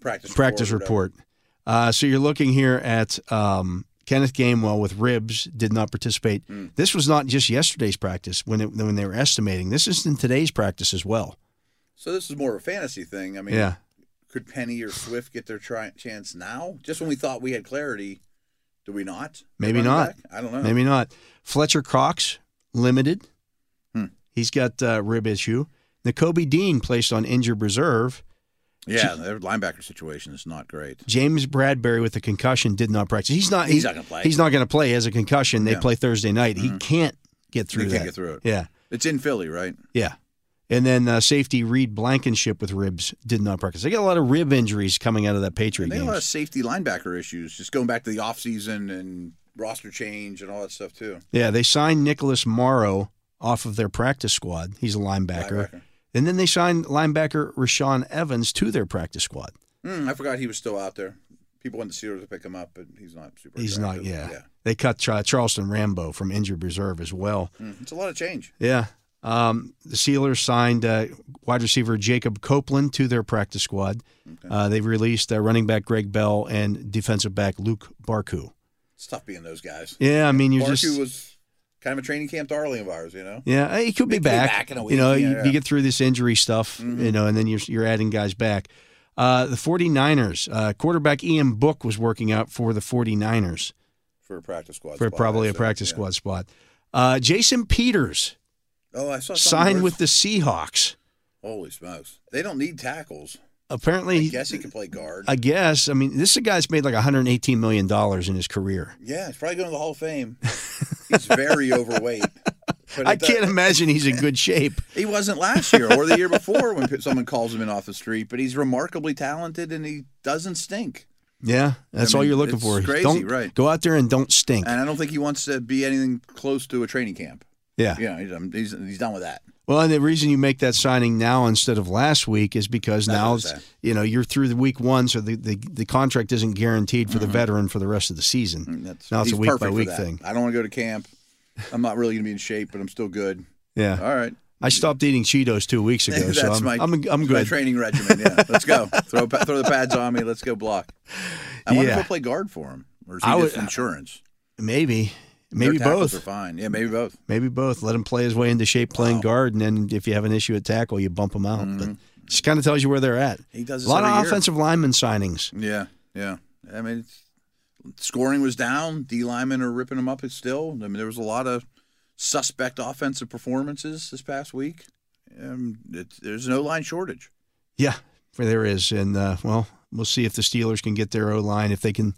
Speaker 3: practice
Speaker 2: practice
Speaker 3: report. or
Speaker 2: report. Uh, so you're looking here at um, Kenneth Gamewell with ribs did not participate. This was not just yesterday's practice when it, when they were estimating. This is in today's practice as well.
Speaker 3: whatever. So this is more of a fantasy thing. I mean,
Speaker 2: yeah,
Speaker 3: could Penny or Swift get their try- chance now? Just when we thought we had clarity, do we not?
Speaker 2: Maybe
Speaker 3: Running
Speaker 2: not.
Speaker 3: back? I don't know.
Speaker 2: maybe not. Fletcher Cox limited.
Speaker 3: Hmm.
Speaker 2: He's got uh, rib issue. N'Kobe Dean placed on injured reserve.
Speaker 3: Yeah, their linebacker situation is not great.
Speaker 2: James Bradbury with a concussion did not practice. He's not.
Speaker 3: He's
Speaker 2: he-
Speaker 3: not gonna play.
Speaker 2: He's not going to play. He has a concussion. They
Speaker 3: Yeah.
Speaker 2: play Thursday night. He can't get through
Speaker 3: They
Speaker 2: that.
Speaker 3: can't get through it.
Speaker 2: Yeah,
Speaker 3: It's in Philly, right?
Speaker 2: yeah. And then uh, safety Reed Blankenship with ribs did not practice. They got a lot of rib injuries coming out of that Patriot
Speaker 3: And they
Speaker 2: game.
Speaker 3: have a lot of safety linebacker issues, just going back to the offseason and roster change and all that stuff, too.
Speaker 2: yeah, they signed Nicholas Morrow off of their practice squad. He's a linebacker.
Speaker 3: Linebacker.
Speaker 2: And then they signed linebacker Rashawn Evans to their practice squad.
Speaker 3: Mm, I forgot he was still out there. People wanted the Steelers to pick him up, but he's not super.
Speaker 2: He's not.
Speaker 3: attractive.
Speaker 2: Yeah. They cut Char- Charleston Rambo from injured reserve as well.
Speaker 3: yeah. Mm, it's a lot of change.
Speaker 2: Yeah. Um, the Steelers signed uh, wide receiver Jacob Copeland to their practice squad. Uh, they've released uh, running back Greg Bell and defensive back Luke Barku.
Speaker 3: It's tough being those guys.
Speaker 2: Yeah, I mean, you
Speaker 3: Barku
Speaker 2: just.
Speaker 3: was kind of a training camp darling of ours, you know?
Speaker 2: yeah, uh, he could be
Speaker 3: He could be
Speaker 2: back.
Speaker 3: back in a
Speaker 2: You know,
Speaker 3: week,
Speaker 2: you,
Speaker 3: yeah. Mm-hmm.
Speaker 2: you get through this injury stuff, you know, and then you're, you're adding guys back. Uh, the 49ers, uh, quarterback Ian Book was working out for the 49ers
Speaker 3: For a practice squad.
Speaker 2: for
Speaker 3: spot,
Speaker 2: probably a
Speaker 3: so,
Speaker 2: practice
Speaker 3: yeah.
Speaker 2: squad spot. Uh, Jason Peters
Speaker 3: Oh, I saw something
Speaker 2: signed
Speaker 3: where-
Speaker 2: with the Seahawks.
Speaker 3: Holy smokes. They don't need tackles.
Speaker 2: Apparently,
Speaker 3: I
Speaker 2: he-
Speaker 3: guess he can play guard.
Speaker 2: I guess. I mean, this guy's made like 118 million dollars in his career.
Speaker 3: yeah, he's probably going to the Hall of Fame. He's very overweight. But
Speaker 2: I
Speaker 3: it does-
Speaker 2: can't imagine he's in good shape.
Speaker 3: He wasn't last year or the year before when p- someone calls him in off the street, but he's remarkably talented and he doesn't stink.
Speaker 2: Yeah, that's
Speaker 3: I
Speaker 2: all
Speaker 3: mean,
Speaker 2: you're looking
Speaker 3: it's
Speaker 2: for.
Speaker 3: crazy,
Speaker 2: don't
Speaker 3: right.
Speaker 2: go out there and don't stink.
Speaker 3: And I don't think he wants to be anything close to a training camp.
Speaker 2: yeah.
Speaker 3: You know, he's, um, he's, he's done with that.
Speaker 2: Well, and the reason you make that signing now instead of last week is because
Speaker 3: I
Speaker 2: now
Speaker 3: know
Speaker 2: it's,
Speaker 3: that.
Speaker 2: you know you're through the week one, so the, the, the contract isn't guaranteed for the veteran for the rest of the season.
Speaker 3: Mm-hmm. Mm, That's,
Speaker 2: now it's a
Speaker 3: he's
Speaker 2: week
Speaker 3: perfect
Speaker 2: by
Speaker 3: for
Speaker 2: week
Speaker 3: that.
Speaker 2: thing.
Speaker 3: I don't want to go to camp. I'm not really going to be in shape, but I'm still good.
Speaker 2: Yeah,
Speaker 3: All right.
Speaker 2: I stopped eating Cheetos two weeks ago,
Speaker 3: That's
Speaker 2: so I'm
Speaker 3: my
Speaker 2: I'm, I'm
Speaker 3: My
Speaker 2: good.
Speaker 3: training regimen. Yeah. Let's go. throw pa- throw the pads on me. Let's go block. I wonder
Speaker 2: Yeah.
Speaker 3: if he'll play guard for him, or is he
Speaker 2: I
Speaker 3: just
Speaker 2: would-
Speaker 3: insurance?
Speaker 2: Maybe
Speaker 3: Their
Speaker 2: maybe
Speaker 3: tackles
Speaker 2: both.
Speaker 3: are fine. Yeah, maybe both.
Speaker 2: Maybe both. Let him play his way into shape playing guard, and then if you have an issue at tackle, you bump him out. But just kind of tells you where they're at.
Speaker 3: He does
Speaker 2: A
Speaker 3: Mm-hmm. this
Speaker 2: lot of
Speaker 3: every year.
Speaker 2: offensive lineman signings.
Speaker 3: Yeah, yeah. I mean, it's, scoring was down. D linemen are ripping them up. It's still. I mean, there was a lot of suspect offensive performances this past week. Um, it, there's no line shortage.
Speaker 2: Yeah, for there is, and uh, well, we'll see if the Steelers can get their O line if they can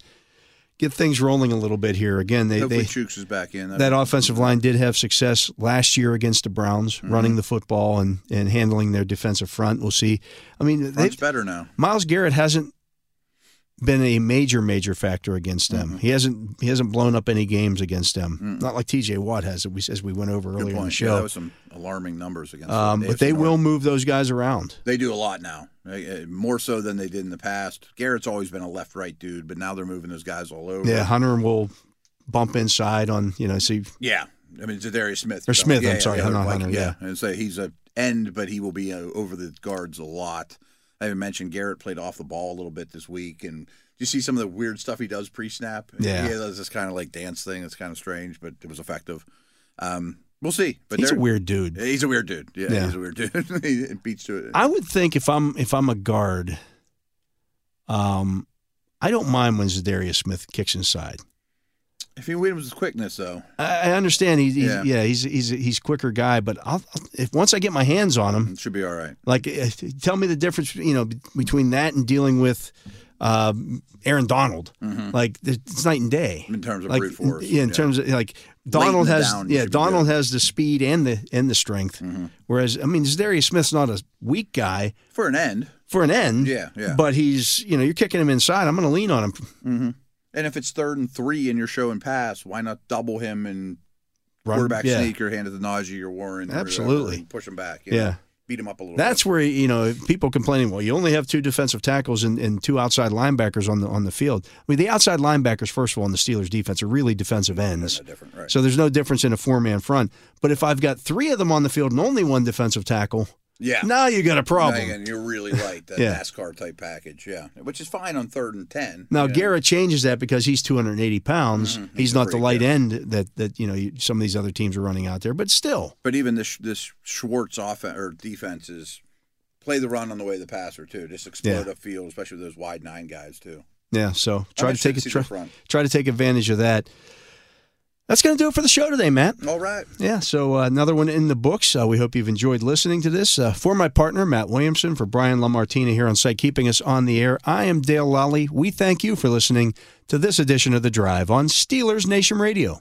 Speaker 2: get things rolling a little bit here. Again, they
Speaker 3: Hopefully,
Speaker 2: they
Speaker 3: Chooks is back in.
Speaker 2: that offensive line did have success last year against the Browns,
Speaker 3: Mm-hmm.
Speaker 2: running the football and and handling their defensive front. We'll see. I mean, they,
Speaker 3: Front's better now.
Speaker 2: Miles Garrett hasn't been a major major factor against them.
Speaker 3: Mm-hmm.
Speaker 2: He hasn't he hasn't blown up any games against them. Not like T.J. Watt has, as we as we went over
Speaker 3: Mm. Good
Speaker 2: earlier in the
Speaker 3: point. Yeah,
Speaker 2: show.
Speaker 3: that was some alarming numbers against.
Speaker 2: um,
Speaker 3: the
Speaker 2: but
Speaker 3: AFC
Speaker 2: they
Speaker 3: North.
Speaker 2: will move those guys around.
Speaker 3: They do a lot now, eh, eh, more so than they did in the past. Garrett's always been a left-right dude, but now they're moving those guys all over.
Speaker 2: Yeah, Hunter will bump inside on you know see
Speaker 3: Yeah. I mean, Zadarius Smith.
Speaker 2: Or
Speaker 3: So,
Speaker 2: Smith,
Speaker 3: yeah,
Speaker 2: I'm
Speaker 3: yeah,
Speaker 2: sorry,
Speaker 3: yeah,
Speaker 2: not
Speaker 3: they're
Speaker 2: Hunter,
Speaker 3: like- And so he's a end, but he will be uh, over the guards a lot. I even mentioned Garrett played off the ball a little bit this week. And do you see some of the weird stuff he does pre snap?
Speaker 2: Yeah.
Speaker 3: He does this kind of like dance thing. It's kind of strange, but it was effective. Um, we'll see. But
Speaker 2: he's a
Speaker 3: they're-
Speaker 2: weird dude.
Speaker 3: He's a weird dude. Yeah,
Speaker 2: Yeah.
Speaker 3: he's a weird dude. he beats to it.
Speaker 2: I would think if I'm if I'm a guard, um, I don't mind when Zadarius Smith kicks inside.
Speaker 3: if he wins with quickness, though,
Speaker 2: I, I understand he's, he's yeah.
Speaker 3: Yeah.
Speaker 2: he's he's he's a quicker guy, but I'll, if once I get my hands on him,
Speaker 3: it should be all right.
Speaker 2: like eh, tell me the difference you know be- between that and dealing with uh, Aaron Donald. Like it's night and day.
Speaker 3: In terms of
Speaker 2: like,
Speaker 3: Mm-hmm. brute force,
Speaker 2: Yeah, in
Speaker 3: yeah.
Speaker 2: terms of like Donald
Speaker 3: the
Speaker 2: has
Speaker 3: down, you
Speaker 2: yeah
Speaker 3: should be Mm-hmm.
Speaker 2: Donald has the speed and the and the strength, whereas I mean Zadarius Smith's not a weak guy
Speaker 3: For an end,
Speaker 2: for an end.
Speaker 3: Yeah, yeah.
Speaker 2: But he's you know you're kicking him inside. I'm going to lean on him.
Speaker 3: and if it's third and three and you're showing pass, why not double him and
Speaker 2: Run-
Speaker 3: quarterback
Speaker 2: yeah.
Speaker 3: sneak or hand it to Najee or Warren. or whatever
Speaker 2: Absolutely.
Speaker 3: and push him back. you
Speaker 2: Yeah.
Speaker 3: know, beat him up a little.
Speaker 2: That's where you know people complaining. Well, you only have two defensive tackles and, and two outside linebackers on the on the field. I mean, the outside linebackers, first of all, in the Steelers' defense are really defensive ends.
Speaker 3: bit. different, right?
Speaker 2: So there's no difference in a four man front. But if I've got three of them on the field and only one defensive tackle,
Speaker 3: yeah,
Speaker 2: now you got a problem.
Speaker 3: And you're really light that
Speaker 2: Yeah.
Speaker 3: NASCAR type package, yeah, which is fine on third and ten.
Speaker 2: Now
Speaker 3: you know.
Speaker 2: Garrett changes that because he's 280 pounds. Mm-hmm. He's not the light end that that you know you- some of these other teams are running out there. But still,
Speaker 3: but even this this Schwartz offense or defense is play the run on the way of the passer too. Just explode
Speaker 2: Yeah.
Speaker 3: up field, especially with those wide nine guys too.
Speaker 2: yeah. So try to
Speaker 3: interested
Speaker 2: take it.
Speaker 3: to see
Speaker 2: Try,
Speaker 3: the front.
Speaker 2: try to take advantage of that. That's going to do it for the show today, Matt.
Speaker 3: All right,
Speaker 2: Yeah, so uh, another one in the books. Uh, we hope you've enjoyed listening to this. Uh, for my partner, Matt Williamson, for Brian LaMartina here on site, keeping us on the air, I am Dale Lally. We thank you for listening to this edition of The Drive on Steelers Nation Radio.